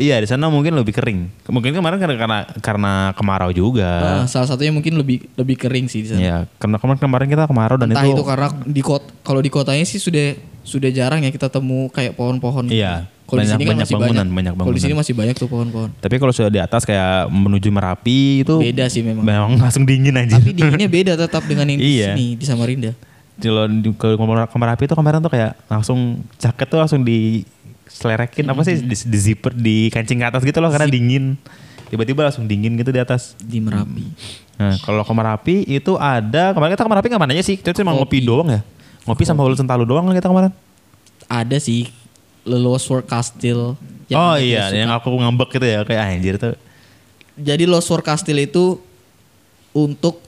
Iya di sana mungkin lebih kering. Mungkin kemarin karena karena, karena kemarau juga.
Nah, salah satunya mungkin lebih lebih kering sih di sana.
Iya, karena kemarin kemarin kita kemarau dan Kan
Entah
itu,
itu karena di kot kalau di kotanya sih sudah sudah jarang ya kita temu kayak pohon-pohon.
Iya,
Kalau
banyak-
di sini kan
banyak
masih
bangunan,
banyak.
banyak
Kalau di
bangunan.
sini masih banyak tuh pohon-pohon.
Tapi kalau sudah di atas kayak menuju Merapi itu
Beda sih memang.
memang langsung dingin aja.
Tapi dinginnya beda tetap dengan yang di
Iya.
sini di Samarinda.
Kalau di- ke ke Merapi itu kemarin tuh kayak langsung jaket tuh langsung di selerekin apa
Hmm.
sih di, di zipper di kancing ke atas gitu loh karena dingin. Tiba-tiba langsung dingin gitu di atas.
Di Merapi.
Nah, kalau ke Merapi itu ada kemarin kita ke Merapi nggak aja sih? Kita cuma ngopi doang ya. Ngopi sama Ulu Sentalu doang kan kita kemarin.
Ada sih Lost World Castle. yang
oh
ada di
iya, yang aku ngambek gitu ya kayak anjir tuh
Jadi Lost War Castle itu untuk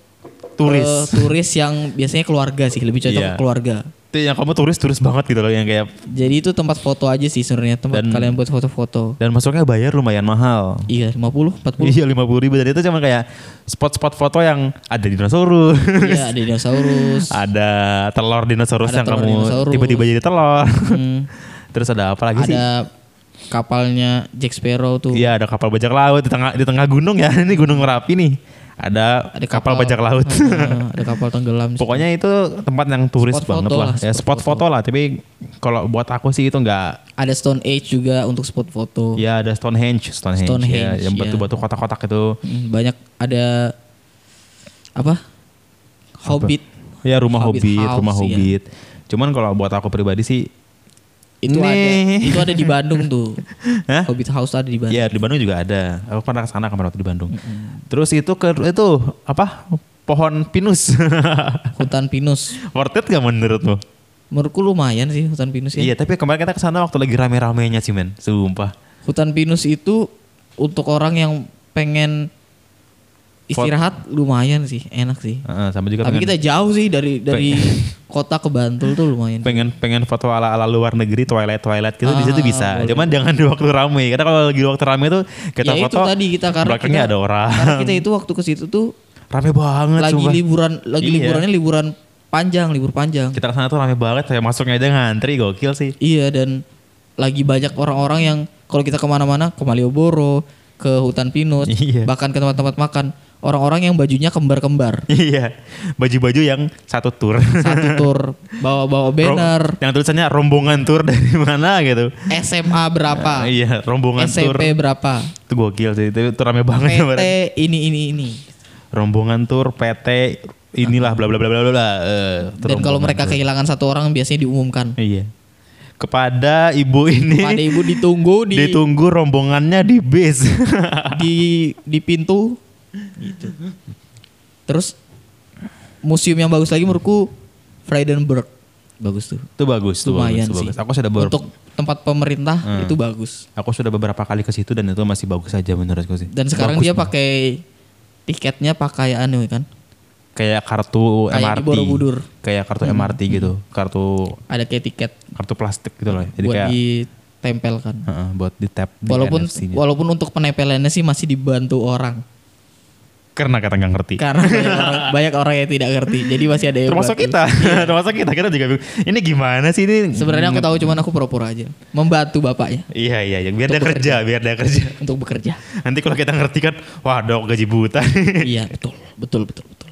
Turis.
eh, turis yang biasanya keluarga sih lebih cocok
Iya.
ke keluarga.
Itu yang kamu turis-turis banget gitu loh yang kayak
Jadi itu tempat foto aja sih sebenarnya tempat
Dan-
kalian buat foto-foto.
dan masuknya bayar lumayan mahal.
Iya, 50, 40.
Iya lima puluh ribu dan itu cuma kayak spot-spot foto yang ada dinosaurus,
Iya, ada dinosaurus.
ada telur dinosaurus
Ada
yang
telur
kamu
dinosaurus.
tiba-tiba jadi telur.
Hmm,
Terus ada apa lagi sih?
ada kapalnya Jack Sparrow tuh.
Iya ada kapal bajak laut di tengah di tengah gunung ya ini gunung merapi nih. Ada, kapal,
Ada kapal. Hmm.
bajak laut.
Heeh, ada kapal tenggelam. sih.
Pokoknya itu tempat yang turis
Spot
banget
foto
lah.
lah,
Ya, spot,
spot
foto. lah. Tapi kalau buat aku sih itu nggak.
ada Stone Age juga untuk spot foto.
Ya ada Stonehenge, Stonehenge,
Stonehenge,
ya, yang
iya.
batu-batu kotak-kotak itu.
Hmm, Banyak ada apa? Hobbit.
Ya rumah
Hobbit
hobbit,
House,
rumah
iya.
hobbit. Cuman kalau buat aku pribadi sih,
Itu ada
Nih.
itu ada di Bandung tuh.
Hah?
Hobbit House ada di Bandung.
ya di Bandung juga ada. Aku pernah kesana kemarin waktu di Bandung. Terus itu ke itu apa? Pohon pinus.
Hutan pinus.
Worth it gak menurutmu?
Menurutku lumayan sih hutan pinus ya.
Iya, tapi kemarin kita kesana waktu lagi rame-ramenya sih men, sumpah.
Hutan pinus itu untuk orang yang pengen istirahat lumayan sih, enak sih.
Heeh, sama juga
Tapi
pengen,
kita jauh sih dari dari kota ke Bantul tuh lumayan.
pengen pengen foto ala ala luar negeri twilight twilight gitu di situ
Ah,
bisa.
boleh.
Cuman jangan di waktu rame karena kalau lagi di waktu rame tuh kita
ya
foto
itu tadi kita karena
belakangnya
kita-
ada orang.
Karena kita itu waktu ke situ tuh
Rame banget
lagi
sumpah.
liburan, lagi
Iya.
liburannya liburan panjang, libur panjang.
Kita kesana tuh rame banget, saya masuknya aja ngantri gokil sih.
Iya dan lagi banyak orang-orang yang kalau kita kemana-mana ke Malioboro, ke hutan pinus,
Iya.
bahkan ke tempat-tempat makan orang-orang yang bajunya kembar-kembar
iya. Baju-baju yang satu tour.
satu tur bawa-bawa banner
Ro- yang tulisannya rombongan tour dari mana gitu.
SMA berapa,
iya, rombongan tour.
SMP berapa,
Itu gokil sih, itu, itu rame banget
PT
kemarin.
ini ini ini.
rombongan tur PT inilah bla bla bla bla bla, bla. eh, itu
Dan kalau
rombongan
mereka
tur.
kehilangan satu orang biasanya diumumkan.
iya kepada ibu ini
Pada ibu ditunggu di
ditunggu rombongannya di base
di di pintu gitu. Terus museum yang bagus lagi menurutku Freidenberg. Bagus tuh.
itu bagus tuh bagus,
Lumayan
tuh
sih.
bagus. aku sudah ber-
Untuk tempat pemerintah
Hmm.
itu bagus.
aku sudah beberapa kali ke situ dan itu masih bagus saja menurutku sih
Dan sekarang dia pakai tiketnya pakai anu kan.
kayak kartu
Kayak di
MRT
Borobudur. Hmm.
kayak kartu MRT gitu kartu
Ada kayak tiket
kartu plastik gitu loh jadi
buat
kayak
ditempelkan.
Heeh, buat di tap di
Walaupun
NFC-nya.
walaupun untuk penempelannya sih masih dibantu orang.
karena kata nggak ngerti
Karena banyak, orang, banyak orang yang tidak ngerti. Jadi masih ada yang
termasuk
bantu.
kita termasuk kita kita juga bingung, ini gimana sih ini
Sebenarnya aku tahu cuman aku pura-pura aja. Membantu bapaknya
Iya iya, iya. biar dia kerja, biar dia kerja.
untuk bekerja.
Nanti kalau kita ngerti kan, wah dok gaji buta.
iya, betul. Betul, betul, betul.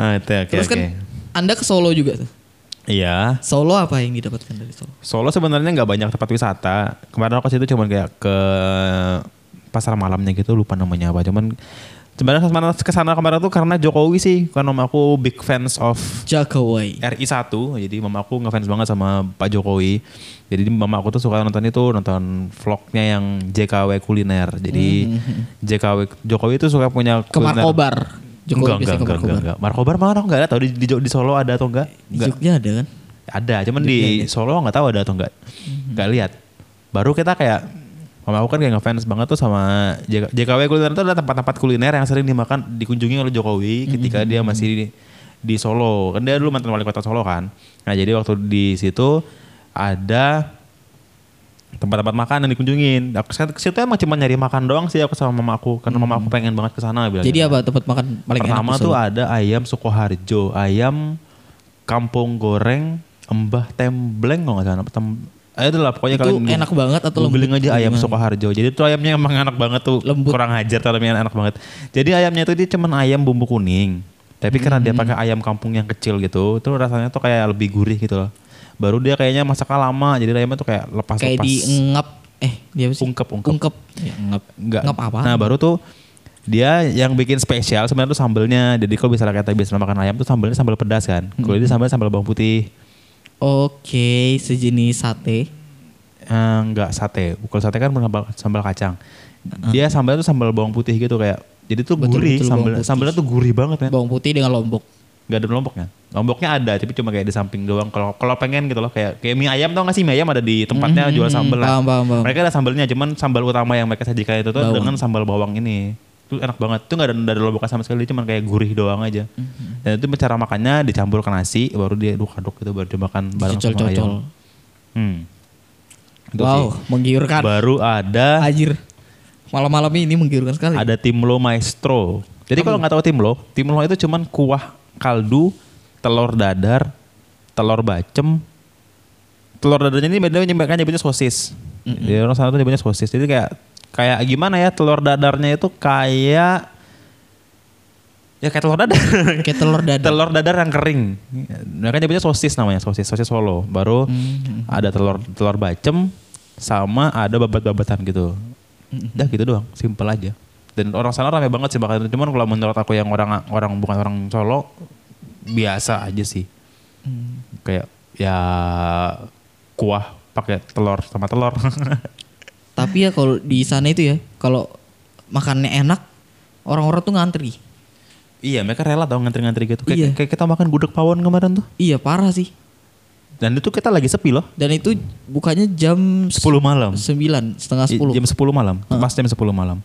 ah, itu oke
Terus
oke.
kan Anda ke Solo juga tuh.
Iya.
Solo apa yang didapatkan dari Solo?
Solo sebenarnya nggak banyak tempat wisata. Kemarin aku ke situ cuman kayak ke pasar malamnya gitu, lupa namanya apa. Cuman sebenarnya kesana kesana kemarin tuh karena Jokowi sih, karena mama aku big fans of
Jakawai.
RI 1 jadi mama aku ngefans banget sama Pak Jokowi jadi mama aku tuh suka nonton itu nonton vlognya yang JKW kuliner jadi JKW Jokowi itu suka punya
Hmm. Ke
kuliner
Markobar. Jokowi
enggak, enggak, enggak,
biasanya ke
enggak,
Markobar.
enggak. Markobar mana aku enggak tahu di, di, Jo- di Solo ada atau enggak?
Di
Enggak.
Jogja ada kan?
Ada, cuman di Solo enggak tahu ada atau enggak. Enggak lihat. Baru kita kayak Mama aku kan kayak ngefans banget tuh sama JK JKW kuliner itu adalah tempat-tempat kuliner yang sering dimakan dikunjungi oleh Jokowi ketika dia masih di, di Solo. Kan dia dulu mantan wali kota Solo kan. Nah, jadi waktu di situ ada tempat-tempat makan yang dikunjungin. Aku ke situ emang cuma nyari makan doang sih aku sama mama aku karena mama aku pengen banget ke sana bilangnya.
Jadi apa tempat makan paling
Pertama
enak di
tuh
Solo?
ada ayam Sukoharjo, ayam kampung goreng Embah Tembleng kalau nggak salah. Tem eh, itulah pokoknya
Itu
kalian
enak banget atau lembut?
googling aja ayam
Gimana?
Sukoharjo. Jadi tuh ayamnya emang enak banget tuh.
Lembut.
Kurang hajar tapi emang enak banget. Jadi ayamnya tuh dia cuman ayam bumbu kuning. Tapi karena dia
Hmm.
pakai ayam kampung yang kecil gitu, tuh rasanya tuh kayak lebih gurih gitu loh. Baru dia kayaknya masaknya lama, jadi ayamnya tuh kayak lepas-lepas.
Kayak di ngep eh dia apa sih?
Ungkep, ungkep.
Ungkep. Ya, ngep.
Enggak.
Ngep apa?
Nah baru tuh dia yang bikin spesial sebenarnya tuh sambelnya. Jadi kalau misalnya kita biasa makan ayam tuh sambelnya sambal pedas kan.
Hmm.
Kalau ini sambal sambal bawang putih.
Oke, sejenis sate.
Eh, enggak sate. Kalau sate kan sambal, sambal kacang. Dia sambalnya tuh sambal bawang putih gitu kayak. Jadi tuh
Betul,
gurih
betul,
sambal
bawang putih.
sambalnya tuh gurih banget kan.
Bawang putih dengan lombok.
Enggak ada lomboknya. Lomboknya ada tapi cuma kayak di samping doang. Kalau kalau pengen gitu loh kayak kayak mie ayam tau gak sih mie ayam ada di tempatnya
Hmm,
jual sambal. lah.
Paham, paham, paham.
Mereka ada sambalnya cuman sambal utama yang mereka sajikan itu tuh dengan sambal bawang ini. itu enak banget itu nggak ada nggak ada loboknya sama sekali cuman kayak gurih doang aja dan itu cara makannya dicampur ke nasi baru dia aduk-aduk gitu baru dimakan bareng sama ayam
Cocol-cocol.
hmm. Itu
Wow,
sih.
menggiurkan.
baru ada
Anjir. Malam-malam ini menggiurkan sekali.
ada timlo maestro. Jadi kalau nggak tahu timlo, timlo itu cuman kuah kaldu, telur dadar, telur bacem. Telur dadarnya ini bedanya nyebutnya kan nyebutnya sosis. Di orang sana tuh nyebutnya sosis. Jadi kayak kayak gimana ya telur dadarnya itu kayak ya kayak telur dadar.
Kayak telur dadar.
telur dadar yang kering. Mereka nyebutnya sosis namanya, sosis, sosis Solo. Baru ada telur telur bacem sama ada babat-babatan gitu. Udah gitu doang, simpel aja. Dan orang sana rame banget sih makanan itu. Cuman kalau menurut aku yang orang orang bukan orang Solo biasa aja sih. Kayak ya kuah pakai telur sama telur.
Tapi ya kalau di sana itu ya, kalau makannya enak, orang-orang tuh ngantri.
iya, mereka rela tau ngantri-ngantri gitu. Kayak,
Iya.
kayak kita makan gudeg pawon kemarin tuh.
Iya, parah sih.
Dan itu kita lagi sepi loh.
Dan itu bukannya jam
10 malam.
9, setengah
I-
10.
Jam 10 malam, pas jam 10 malam.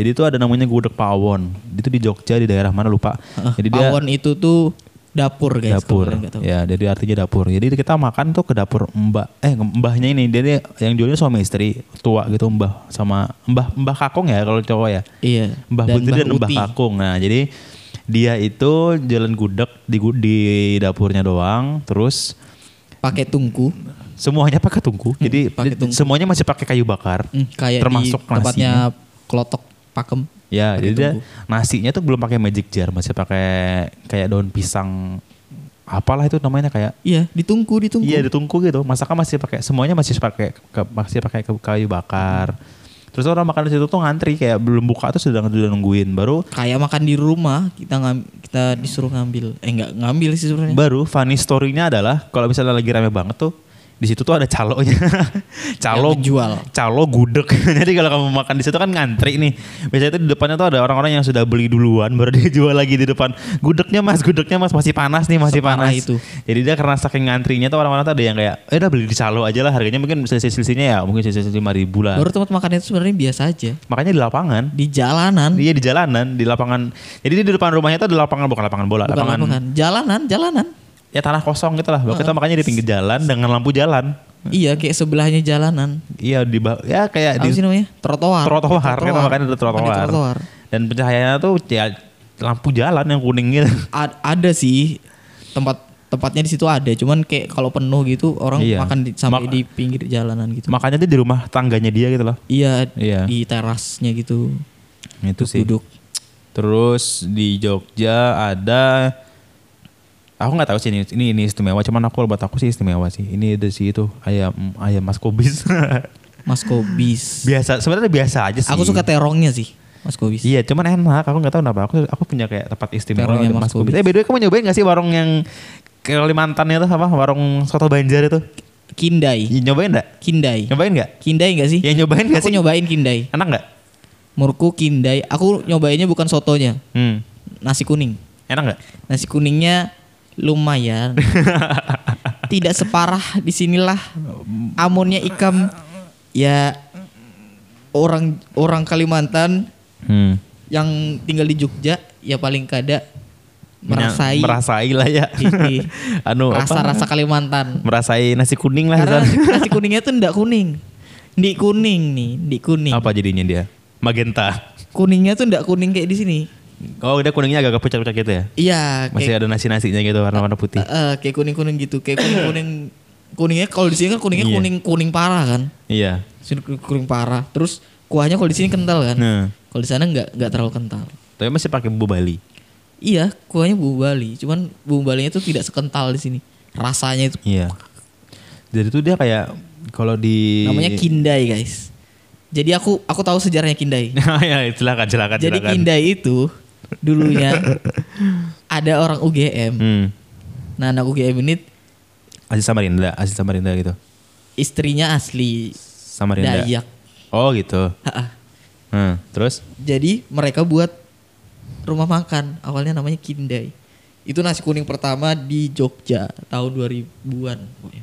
Jadi itu ada namanya gudeg pawon. Itu di Jogja di daerah mana lupa. Jadi dia
Pawon itu tuh dapur guys.
dapur.
kalau kalian nggak tahu.
Ya, jadi artinya dapur. Jadi kita makan tuh ke dapur Mbak eh mbahnya ini. Jadi yang jualnya suami istri, tua gitu mbah sama mbah mbah kakung ya kalau cowok ya.
Iya.
Mbah Putri dan Mbah
Uti.
Kakung. Nah, jadi dia itu jalan gudeg di gu- di dapurnya doang, terus
Pakai tungku.
semuanya pakai tungku. Jadi
Hmm, pakai tungku.
semuanya masih pakai kayu bakar.
Hmm, kayak
Termasuk
di tempatnya kelotok pakem.
Ya,
Pakai
jadi dia nasinya tuh belum pakai magic jar, masih pakai kayak daun pisang apalah itu namanya kayak
Iya, ditungku, ditungku.
iya ditungku gitu. Masakan masih pakai semuanya masih pakai ke- masih pakai ke- kayu bakar. Terus orang makan di situ tuh ngantri kayak belum buka tuh sudah sudah nungguin. Baru
Kayak makan di rumah, kita ngam- kita disuruh ngambil. Eh enggak ngambil sih sebenarnya.
baru funny story-nya adalah kalau misalnya lagi rame banget tuh di situ tuh ada calonya. calo
Yang menjual.
Calo gudeg. Jadi kalau kamu makan di situ kan ngantri nih. Biasanya itu di depannya tuh ada orang-orang yang sudah beli duluan baru dia jual lagi di depan. Gudegnya Mas, gudegnya Mas masih panas nih, masih
Separah
panas.
itu.
Jadi dia karena saking ngantrinya tuh orang-orang tuh ada yang kayak eh udah beli di calo aja lah harganya mungkin selisih-selisihnya ya mungkin selisih lima ribu lah.
Baru tempat makan itu sebenarnya biasa aja.
Makanya di lapangan
Di jalanan.
Iya di jalanan, di lapangan. Jadi di depan rumahnya tuh ada lapangan bukan lapangan bola,
bukan
lapangan
lapangan. Jalanan, jalanan.
ya tanah kosong gitu lah. Waktu itu makanya di pinggir jalan dengan lampu jalan.
Iya, kayak sebelahnya jalanan.
Iya di ba- ya kayak
Apa
di
sih namanya? Trotoar.
trotoar, kita makanya ada
Makan di
trotoar. Dan pencahayaannya tuh ya lampu jalan yang kuning gitu.
A- ada sih tempat tempatnya di situ ada, cuman kayak kalau penuh gitu orang
Iya.
makan di,
Mak-
sampai di pinggir jalanan gitu.
Makanya dia di rumah tangganya dia gitu loh.
Iya,
Iya.
di terasnya gitu.
Itu sih.
Duduk.
Terus di Jogja ada aku nggak tahu sih ini, ini ini istimewa cuman aku buat aku sih istimewa sih ini ada sih itu ayam ayam mas kobis
Mas Kobis.
biasa sebenarnya biasa aja sih
Aku suka terongnya sih, Mas Kobis.
Iya, cuman enak. Aku nggak tahu kenapa. Aku aku punya kayak tempat istimewa
Terongnya
di
Mas
Mas Kubis.
Kubis.
Eh, by the way, kamu nyobain nggak sih warung yang Kalimantan itu apa? Warung soto Banjar itu?
Kindai.
Ya, nyobain nggak?
Kindai.
Nyobain nggak?
Kindai enggak sih?
Ya nyobain nggak
Aku
sih?
nyobain Kindai.
Enak nggak?
Murku Kindai. Aku nyobainnya bukan sotonya,
Hmm.
nasi kuning.
Enak nggak?
Nasi kuningnya lumayan. Tidak separah di sinilah. Amonnya ikam ya orang orang Kalimantan
Hmm.
yang tinggal di Jogja ya paling kada merasai
Merasai lah ya.
Iya.
anu apa?
rasa-rasa Kalimantan.
Merasai nasi kuning lah.
Karena
di sana.
nasi kuningnya tuh ndak kuning. Di kuning nih, di kuning.
Apa jadinya dia? Magenta.
Kuningnya tuh ndak kuning kayak di sini.
Oh, dia kuningnya agak-agak pucat-pucat gitu ya?
Iya, kayak
Masih ada nasi-nasinya gitu warna-warna putih.
Eh, kayak kuning-kuning gitu, kayak kuning-kuning kuningnya kalau di sini kan kuningnya
Iya.
kuning-kuning parah kan.
Iya.
Sini kuning- kuning parah. Terus kuahnya kalau di sini kental kan.
Nah,
Kalau di sana nggak nggak terlalu kental.
tapi masih pakai bumbu Bali.
Iya, kuahnya bumbu Bali, cuman bumbu Balinya tuh tidak sekental di sini. Rasanya itu
Iya. Jadi tuh dia kayak kalau di
namanya Kindai, guys. Jadi aku aku tahu sejarahnya Kindai.
ya silakan silakan
Jadi
silakan.
Kindai itu dulunya ada orang UGM.
Hmm.
Nah, anak UGM ini
Asis Samarinda, Asis Samarinda gitu.
istrinya asli
Samarinda.
Dayak.
Oh gitu.
Ha-ah.
Hmm. Terus?
Jadi mereka buat rumah makan awalnya namanya Kindai. Itu nasi kuning pertama di Jogja tahun 2000-an. pokoknya.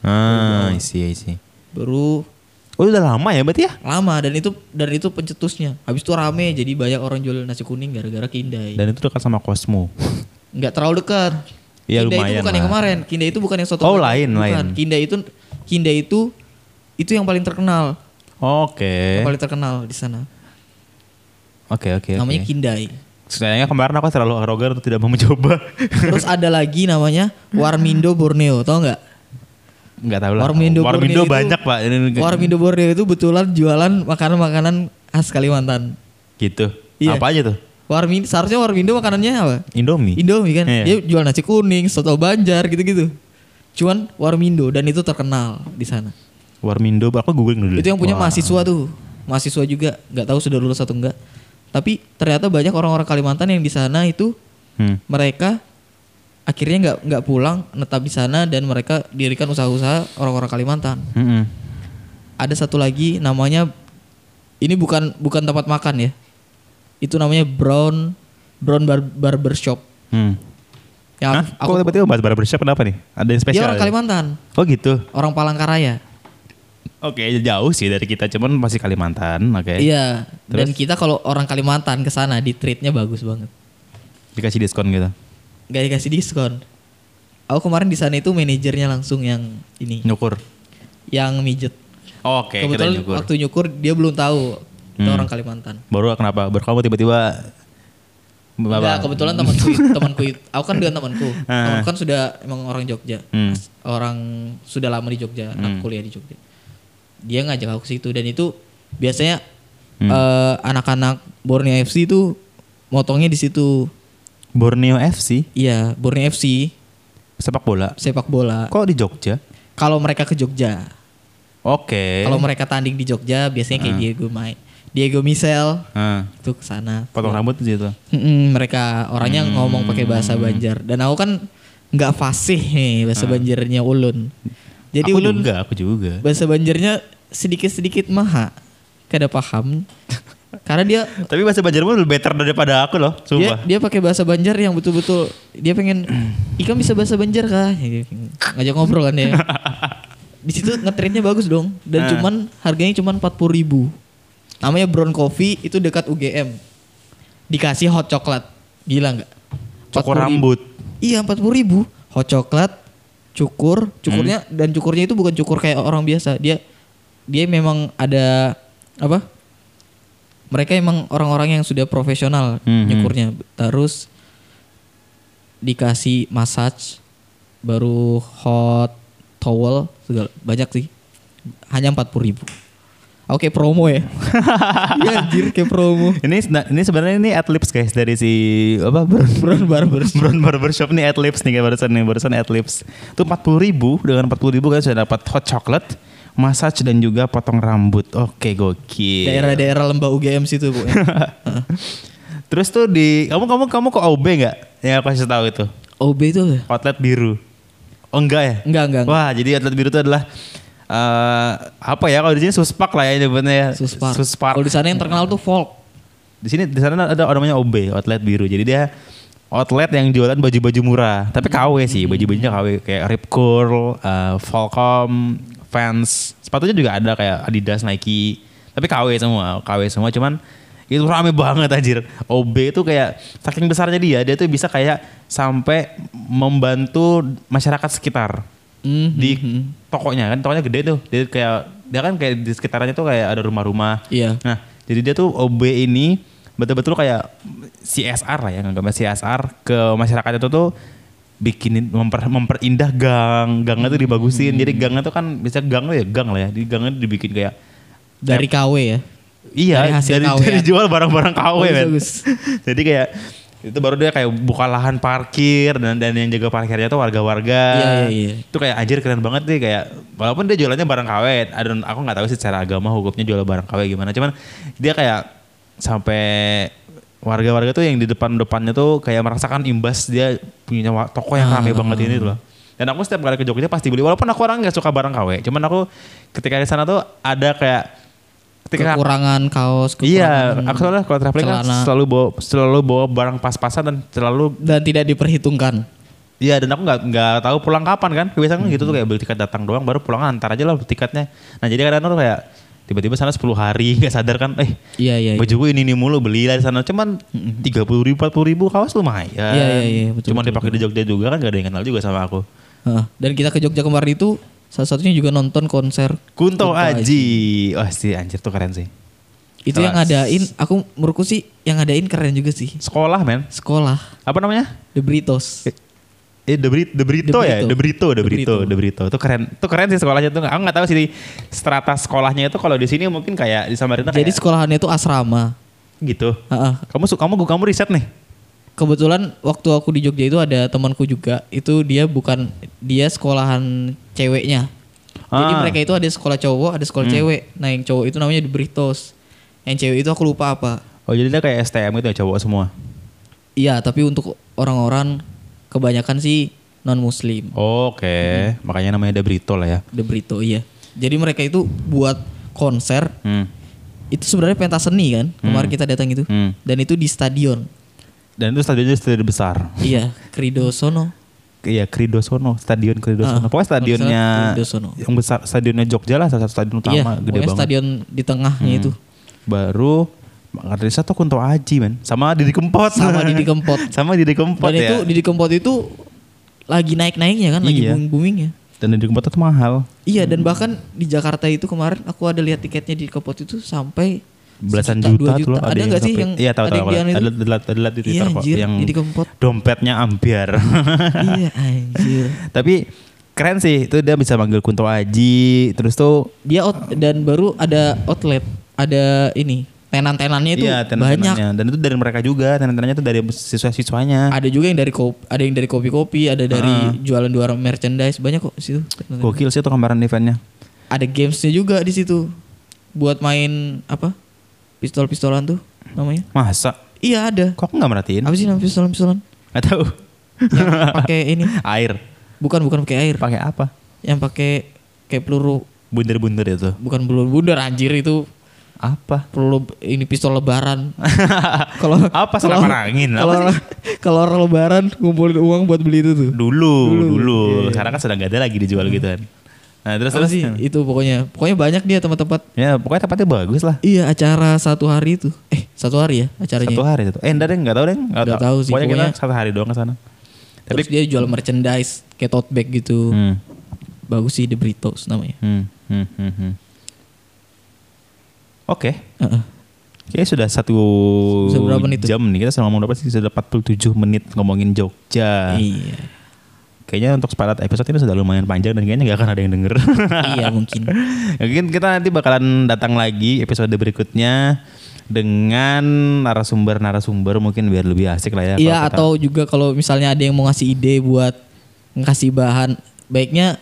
Ah, isi isi.
Baru
Oh udah lama ya berarti ya?
lama dan itu dan itu pencetusnya habis itu rame jadi banyak orang jual nasi kuning gara-gara Kindai
Dan itu dekat sama Cosmo.
nggak terlalu dekat
Iya,
Kindai itu
lumayan
bukan yang
lah.
kemarin Kindai itu bukan yang soto
Oh,
Betawi.
lain,
Bukan.
lain.
Kindai itu Kindai itu itu yang paling terkenal
Oke.
yang paling terkenal di sana
Oke oke.
namanya
oke.
Kindai
Sayangnya kemarin aku terlalu arogan untuk tidak mau mencoba.
terus ada lagi namanya Warmindo Borneo tau nggak
Enggak tahu lah.
Warmindo, Borneo itu-
banyak pak. Ini-
Warmindo Borneo itu betulan jualan makanan-makanan khas Kalimantan
Gitu.
Iya.
Apa aja tuh?
Warmindo seharusnya Warmindo makanannya apa
Indomie.
Indomie kan.
Iya.
Dia jual nasi kuning, soto Banjar gitu-gitu. Cuman Warmindo dan itu terkenal di sana.
Warmindo. Aku googling dulu.
Itu yang punya
Wah.
mahasiswa tuh. Mahasiswa juga nggak tahu sudah lulus atau enggak. Tapi ternyata banyak orang-orang Kalimantan yang di sana itu
Hmm.
mereka akhirnya nggak nggak pulang netap di sana dan mereka dirikan usaha-usaha orang-orang Kalimantan.
Mm-mm.
Ada satu lagi namanya ini bukan bukan tempat makan ya. Itu namanya Brown Brown Bar- Barber Shop.
Hmm. Hah?
Yang
Kok tiba-tiba bahas barbershop kenapa nih? Ada yang
dia
spesial? ya?
orang Iya, Kalimantan.
Oh gitu.
orang Palangkaraya.
Oke jauh sih dari kita cuman masih Kalimantan. Oke.
Iya. Dan kita kalau orang Kalimantan ke sana di treatnya bagus banget.
Dikasih diskon gitu.
Gak dikasih diskon. Aku kemarin di sana itu manajernya langsung yang ini,
Nyukur.
yang mijet.
Oke. kita
Kebetulan
nyukur. Hmm.
waktu nyukur dia belum tahu itu orang Kalimantan.
Baru kenapa? Baru kamu tiba-tiba.
Nah,
Apa?
kebetulan temanku temanku itu- aku kan dengan temanku.
Ah.
Temanku kan sudah emang orang Jogja.
Hmm.
Orang sudah lama di Jogja, aku kuliah di Jogja. Dia ngajak aku ke situ dan itu biasanya eh, anak-anak Borneo FC itu motongnya di situ.
Borneo FC
Iya, Borneo FC
sepak bola.
sepak bola.
Kok di Jogja?
Kalau mereka ke Jogja,
Oke.
kalau mereka tanding di Jogja biasanya kayak Diego Mai, Diego Michel
Ah,
itu ke sana.
potong rambut di situ.
Mm-mm, mereka orangnya ngomong pakai bahasa Banjar dan aku kan nggak fasih nih bahasa Banjarnya ulun. Jadi
aku
ulun
juga, aku juga.
bahasa Banjarnya sedikit-sedikit maha, kada paham. Karena dia
Tapi bahasa Banjarmu lebih better daripada aku loh,
dia
sumpah.
dia pakai bahasa Banjar yang betul-betul dia pengen ikan bisa bahasa Banjar kah? Ya, Ngajak ngobrol kan ya. Di situ ngetrennya bagus dong
Nah.
dan cuman harganya cuman 40.000 ribu. Namanya Brown Coffee itu dekat UGM. Dikasih hot coklat. Gila nggak?
Cukur
40.000.
rambut.
Iya 40.000 ribu. Hot coklat, cukur, cukurnya dan cukurnya itu bukan cukur kayak orang biasa. Dia dia memang ada apa? Mereka emang orang-orang yang sudah profesional
Mhm.
nyukurnya. Terus dikasih massage, baru hot towel segala banyak sih. Hanya 40.000 ribu. Oke promo ya. Iya anjir kayak promo.
Ini sena- ini sebenarnya ini adlibs guys dari si apa Brown Brown Barbershop. Brown Barbershop nih adlibs nih guys barusan nih barusan adlibs. Itu 40 ribu dengan 40 ribu kalian sudah dapat hot chocolate, massage dan juga potong rambut. Oke gokil.
Daerah-daerah lembah UGM situ bu.
Terus tuh di kamu kamu kamu ke OB nggak? Yang aku kasih tahu itu
OB itu apa?
outlet biru. Oh enggak ya?
Enggak, enggak, enggak.
Wah, jadi atlet biru itu adalah eh apa ya kalau di sini suspak lah ya nyebutnya ya.
Suspark. Kalau di sana yang terkenal tuh folk.
Di sini di sana ada orang namanya OB, outlet biru. Jadi dia outlet yang jualan baju-baju murah, tapi KW sih, baju-bajunya KW kayak Rip Curl, eh, Volcom, Vans. Sepatunya juga ada kayak Adidas, Nike. Tapi KW semua, KW semua cuman itu rame banget anjir. OB itu kayak saking besarnya dia, dia tuh bisa kayak sampai membantu masyarakat sekitar
Hmm,
di tokonya kan tokonya gede tuh dia kayak dia kan kayak di sekitarannya tuh kayak ada rumah-rumah
Iya.
nah jadi dia tuh OB ini betul-betul kayak CSR lah ya nggak CSR ke masyarakat itu tuh bikinin memper, memperindah gang gangnya tuh dibagusin jadi gangnya tuh kan bisa gang tuh ya gang lah ya di gangnya dibikin kayak
Dari KW ya.
Iya,
Dari hasil
dari,
KW.
dari jual barang-barang KW,
Bagus,
men.
bagus.
Jadi kayak itu baru dia kayak buka lahan parkir dan dan yang jaga parkirnya tuh warga-warga.
Iya, iya, iya.
Itu kayak anjir keren banget nih kayak walaupun dia jualannya barang KW, I don't- aku nggak tahu sih secara agama hukumnya jual barang KW gimana. Cuman dia kayak sampai warga-warga tuh yang di depan-depannya tuh kayak merasakan imbas dia punya wa- toko
Ah,
yang rame banget ini tuh loh. Dan aku setiap kali ke Jogja pasti beli walaupun aku orang nggak suka barang KW. Cuman aku ketika di sana tuh ada kayak ketika
Kekurangan kaos,
Iya,
kekurangan
aku soalnya kalau traveling kan
celana.
selalu bawa selalu bawa barang pas-pasan dan selalu
dan tidak diperhitungkan.
Iya dan aku nggak nggak tahu
Hmm.
"Ah, pulang kapan kan. Kebiasaan kan gitu tuh kayak beli tiket datang doang baru pulang antar aja lah tiketnya. Nah jadi kadang-kadang tuh kayak tiba-tiba sana 10 hari nggak sadar kan eh
Iya iya. iya. Hmm,
baju gue ini ini mulu belilah di sana cuman tiga puluh ribu empat ribu kaos lumayan
Iya, iya, iya, betul,
cuman
betul,
dipakai di Jogja juga kan gak ada yang kenal juga sama aku
Heeh. Dan kita ke Jogja kemarin itu salah satunya juga nonton konser.
Kunto, Aji wah si anjir tuh keren sih
Itu yang ngadain aku menurutku sih yang ngadain keren juga sih.
sekolah men
Sekolah
apa namanya
The Britos.
Eh, The, Brit, The Brito
The
ya,
Brito.
The Brito, The
The
Brito,
Brito.
The Brito. Itu keren, itu keren sih sekolahnya tuh. Aku nggak tahu sih di strata sekolahnya itu kalau di sini mungkin kayak di Samarinda
Jadi
kayak
sekolahannya itu asrama.
gitu.
Heeh.
Kamu su- kamu kamu riset nih.
Kebetulan waktu aku di Jogja itu ada temanku juga. Itu dia bukan dia sekolahan ceweknya. Jadi
Ah. Hmm.
mereka itu ada sekolah cowok, ada sekolah cewek. Nah, yang cowok itu namanya The Britos. Yang cewek itu aku lupa apa.
Oh jadi dia kayak STM gitu ya cowok semua.
Iya, tapi untuk orang-orang kebanyakan sih non muslim.
Oke, makanya namanya The Brito lah ya.
The Brito iya. Jadi mereka itu buat konser
Hmm.
itu sebenarnya pentas seni kan kemarin kita datang itu
Hmm.
dan itu di stadion
Dan itu stadionnya stadion besar.
iya Krido Sono
Iya, Kridosono, stadion Kridosono.
Ah,
Pokoknya stadionnya
Kridosono.
yang besar, stadionnya Jogja lah, salah satu stadion utama,
iya
gede
pokoknya
banget. Hmm.
stadion di tengahnya itu
Baru Maka riset tuh Kunto Aji men Sama Didi Kempot
Sama Didi Kempot.
Sama Didi Kempot
dan
ya
itu Didi Kempot itu lagi naik naiknya kan lagi
Iya. Hmm.
booming boomingnya
Dan Didi Kempot itu mahal
iya dan bahkan di Jakarta itu kemarin aku ada lihat tiketnya di Kempot itu sampai
belasan
sejuta, dua
juta, tuh loh
ada nggak sih
sampai-
yang
iya tahu
ada
tahu
yang
ada
bilang
ada
itu?
ada- ada di Twitter
Iya,
kok
anjir,
yang
Didi Kempot.
dompetnya ambiar
iya anjir
tapi keren sih itu dia bisa manggil Kunto Aji terus tuh
dia out dan baru ada outlet ada ini tenan-tenannya itu
iya
banyak
tenan-tenannya dan itu dari mereka juga tenan-tenannya itu dari siswa-siswanya
ada juga yang dari kopi, ada yang dari kopi-kopi, ada dari
Ah.
jualan jualan merchandise banyak kok di situ.
gokil sih tuh gambaran eventnya
Ada gamesnya juga di situ buat main apa pistol-pistolan tuh namanya.
masa
Iya ada.
kok aku nggak merhatiin
Apa sih nama pistolan-pistolan?
nggak tahu
Yang pakai ini
air
bukan bukan pakai air,
pakai apa
yang pakai kayak peluru
bundar-bundar itu
bukan peluru bundar anjir itu
apa
peluru ini pistol lebaran. Kalau
Apa,
kalau-
serangan angin? Apa
Kalau kalau orang lebaran ngumpulin uang buat beli itu tuh.
dulu
Hmm,
dulu, sekarang kan sudah nggak ada lagi dijual gitu kan nah terus
iya,
terus
Apa sih itu pokoknya. Pokoknya banyak dia tempat-tempat
ya pokoknya tempatnya bagus lah
Iya acara satu hari itu Eh satu hari ya acaranya
Satu hari itu. Eh, enggak deh, enggak tahu deh. Enggak
Nggak tahu sih,
Pokoknya kita
pokoknya-
satu hari doang ke sana. Tapi
Terus dia jual merchandise Kayak tote bag gitu
hmm,
Bagus sih The Britos namanya
hmm, hmm, hmm, hmm. Oke.
Heeh.
Kayaknya sudah satu
Sudah berapa menit tuh?
jam nih. Kita sudah ngomong berapa sih? Sudah 47 menit ngomongin Jogja.
Iya
Kayaknya untuk separat episode ini sudah lumayan panjang dan kayaknya nggak akan ada yang denger.
Iya mungkin
Mungkin kita nanti bakalan datang lagi episode berikutnya dengan narasumber-narasumber mungkin biar lebih asik lah ya. kalau
Iya
kita-
atau juga kalau misalnya ada yang mau ngasih ide buat Ngasih bahan Baiknya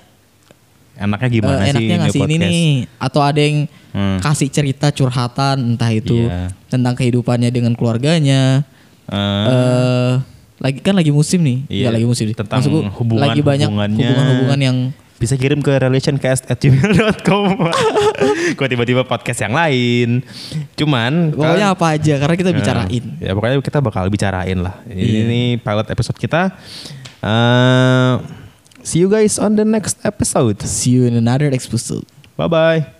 enaknya
eh,
gimana sih
enaknya ngasih ini
podcast?
nih Atau ada yang
Hmm.
kasih cerita curhatan Entah itu
Iya.
tentang kehidupannya dengan keluarganya
Eh,
eh lagi kan lagi musim nih,
Iya,
Nggak lagi musim sih.
tentang
Maksudku,
hubungan-
lagi banyak
hubungannya.
hubungan-hubungan yang
bisa kirim ke relationcast@gmail.com. Kok tiba-tiba podcast yang lain. Cuman kan-
pokoknya apa aja karena kita bicarain.
Ya
Iya.
pokoknya kita bakal bicarain lah. Ini nih pilot episode kita. Eh, see you guys on the next episode.
See you in another episode.
Bye bye.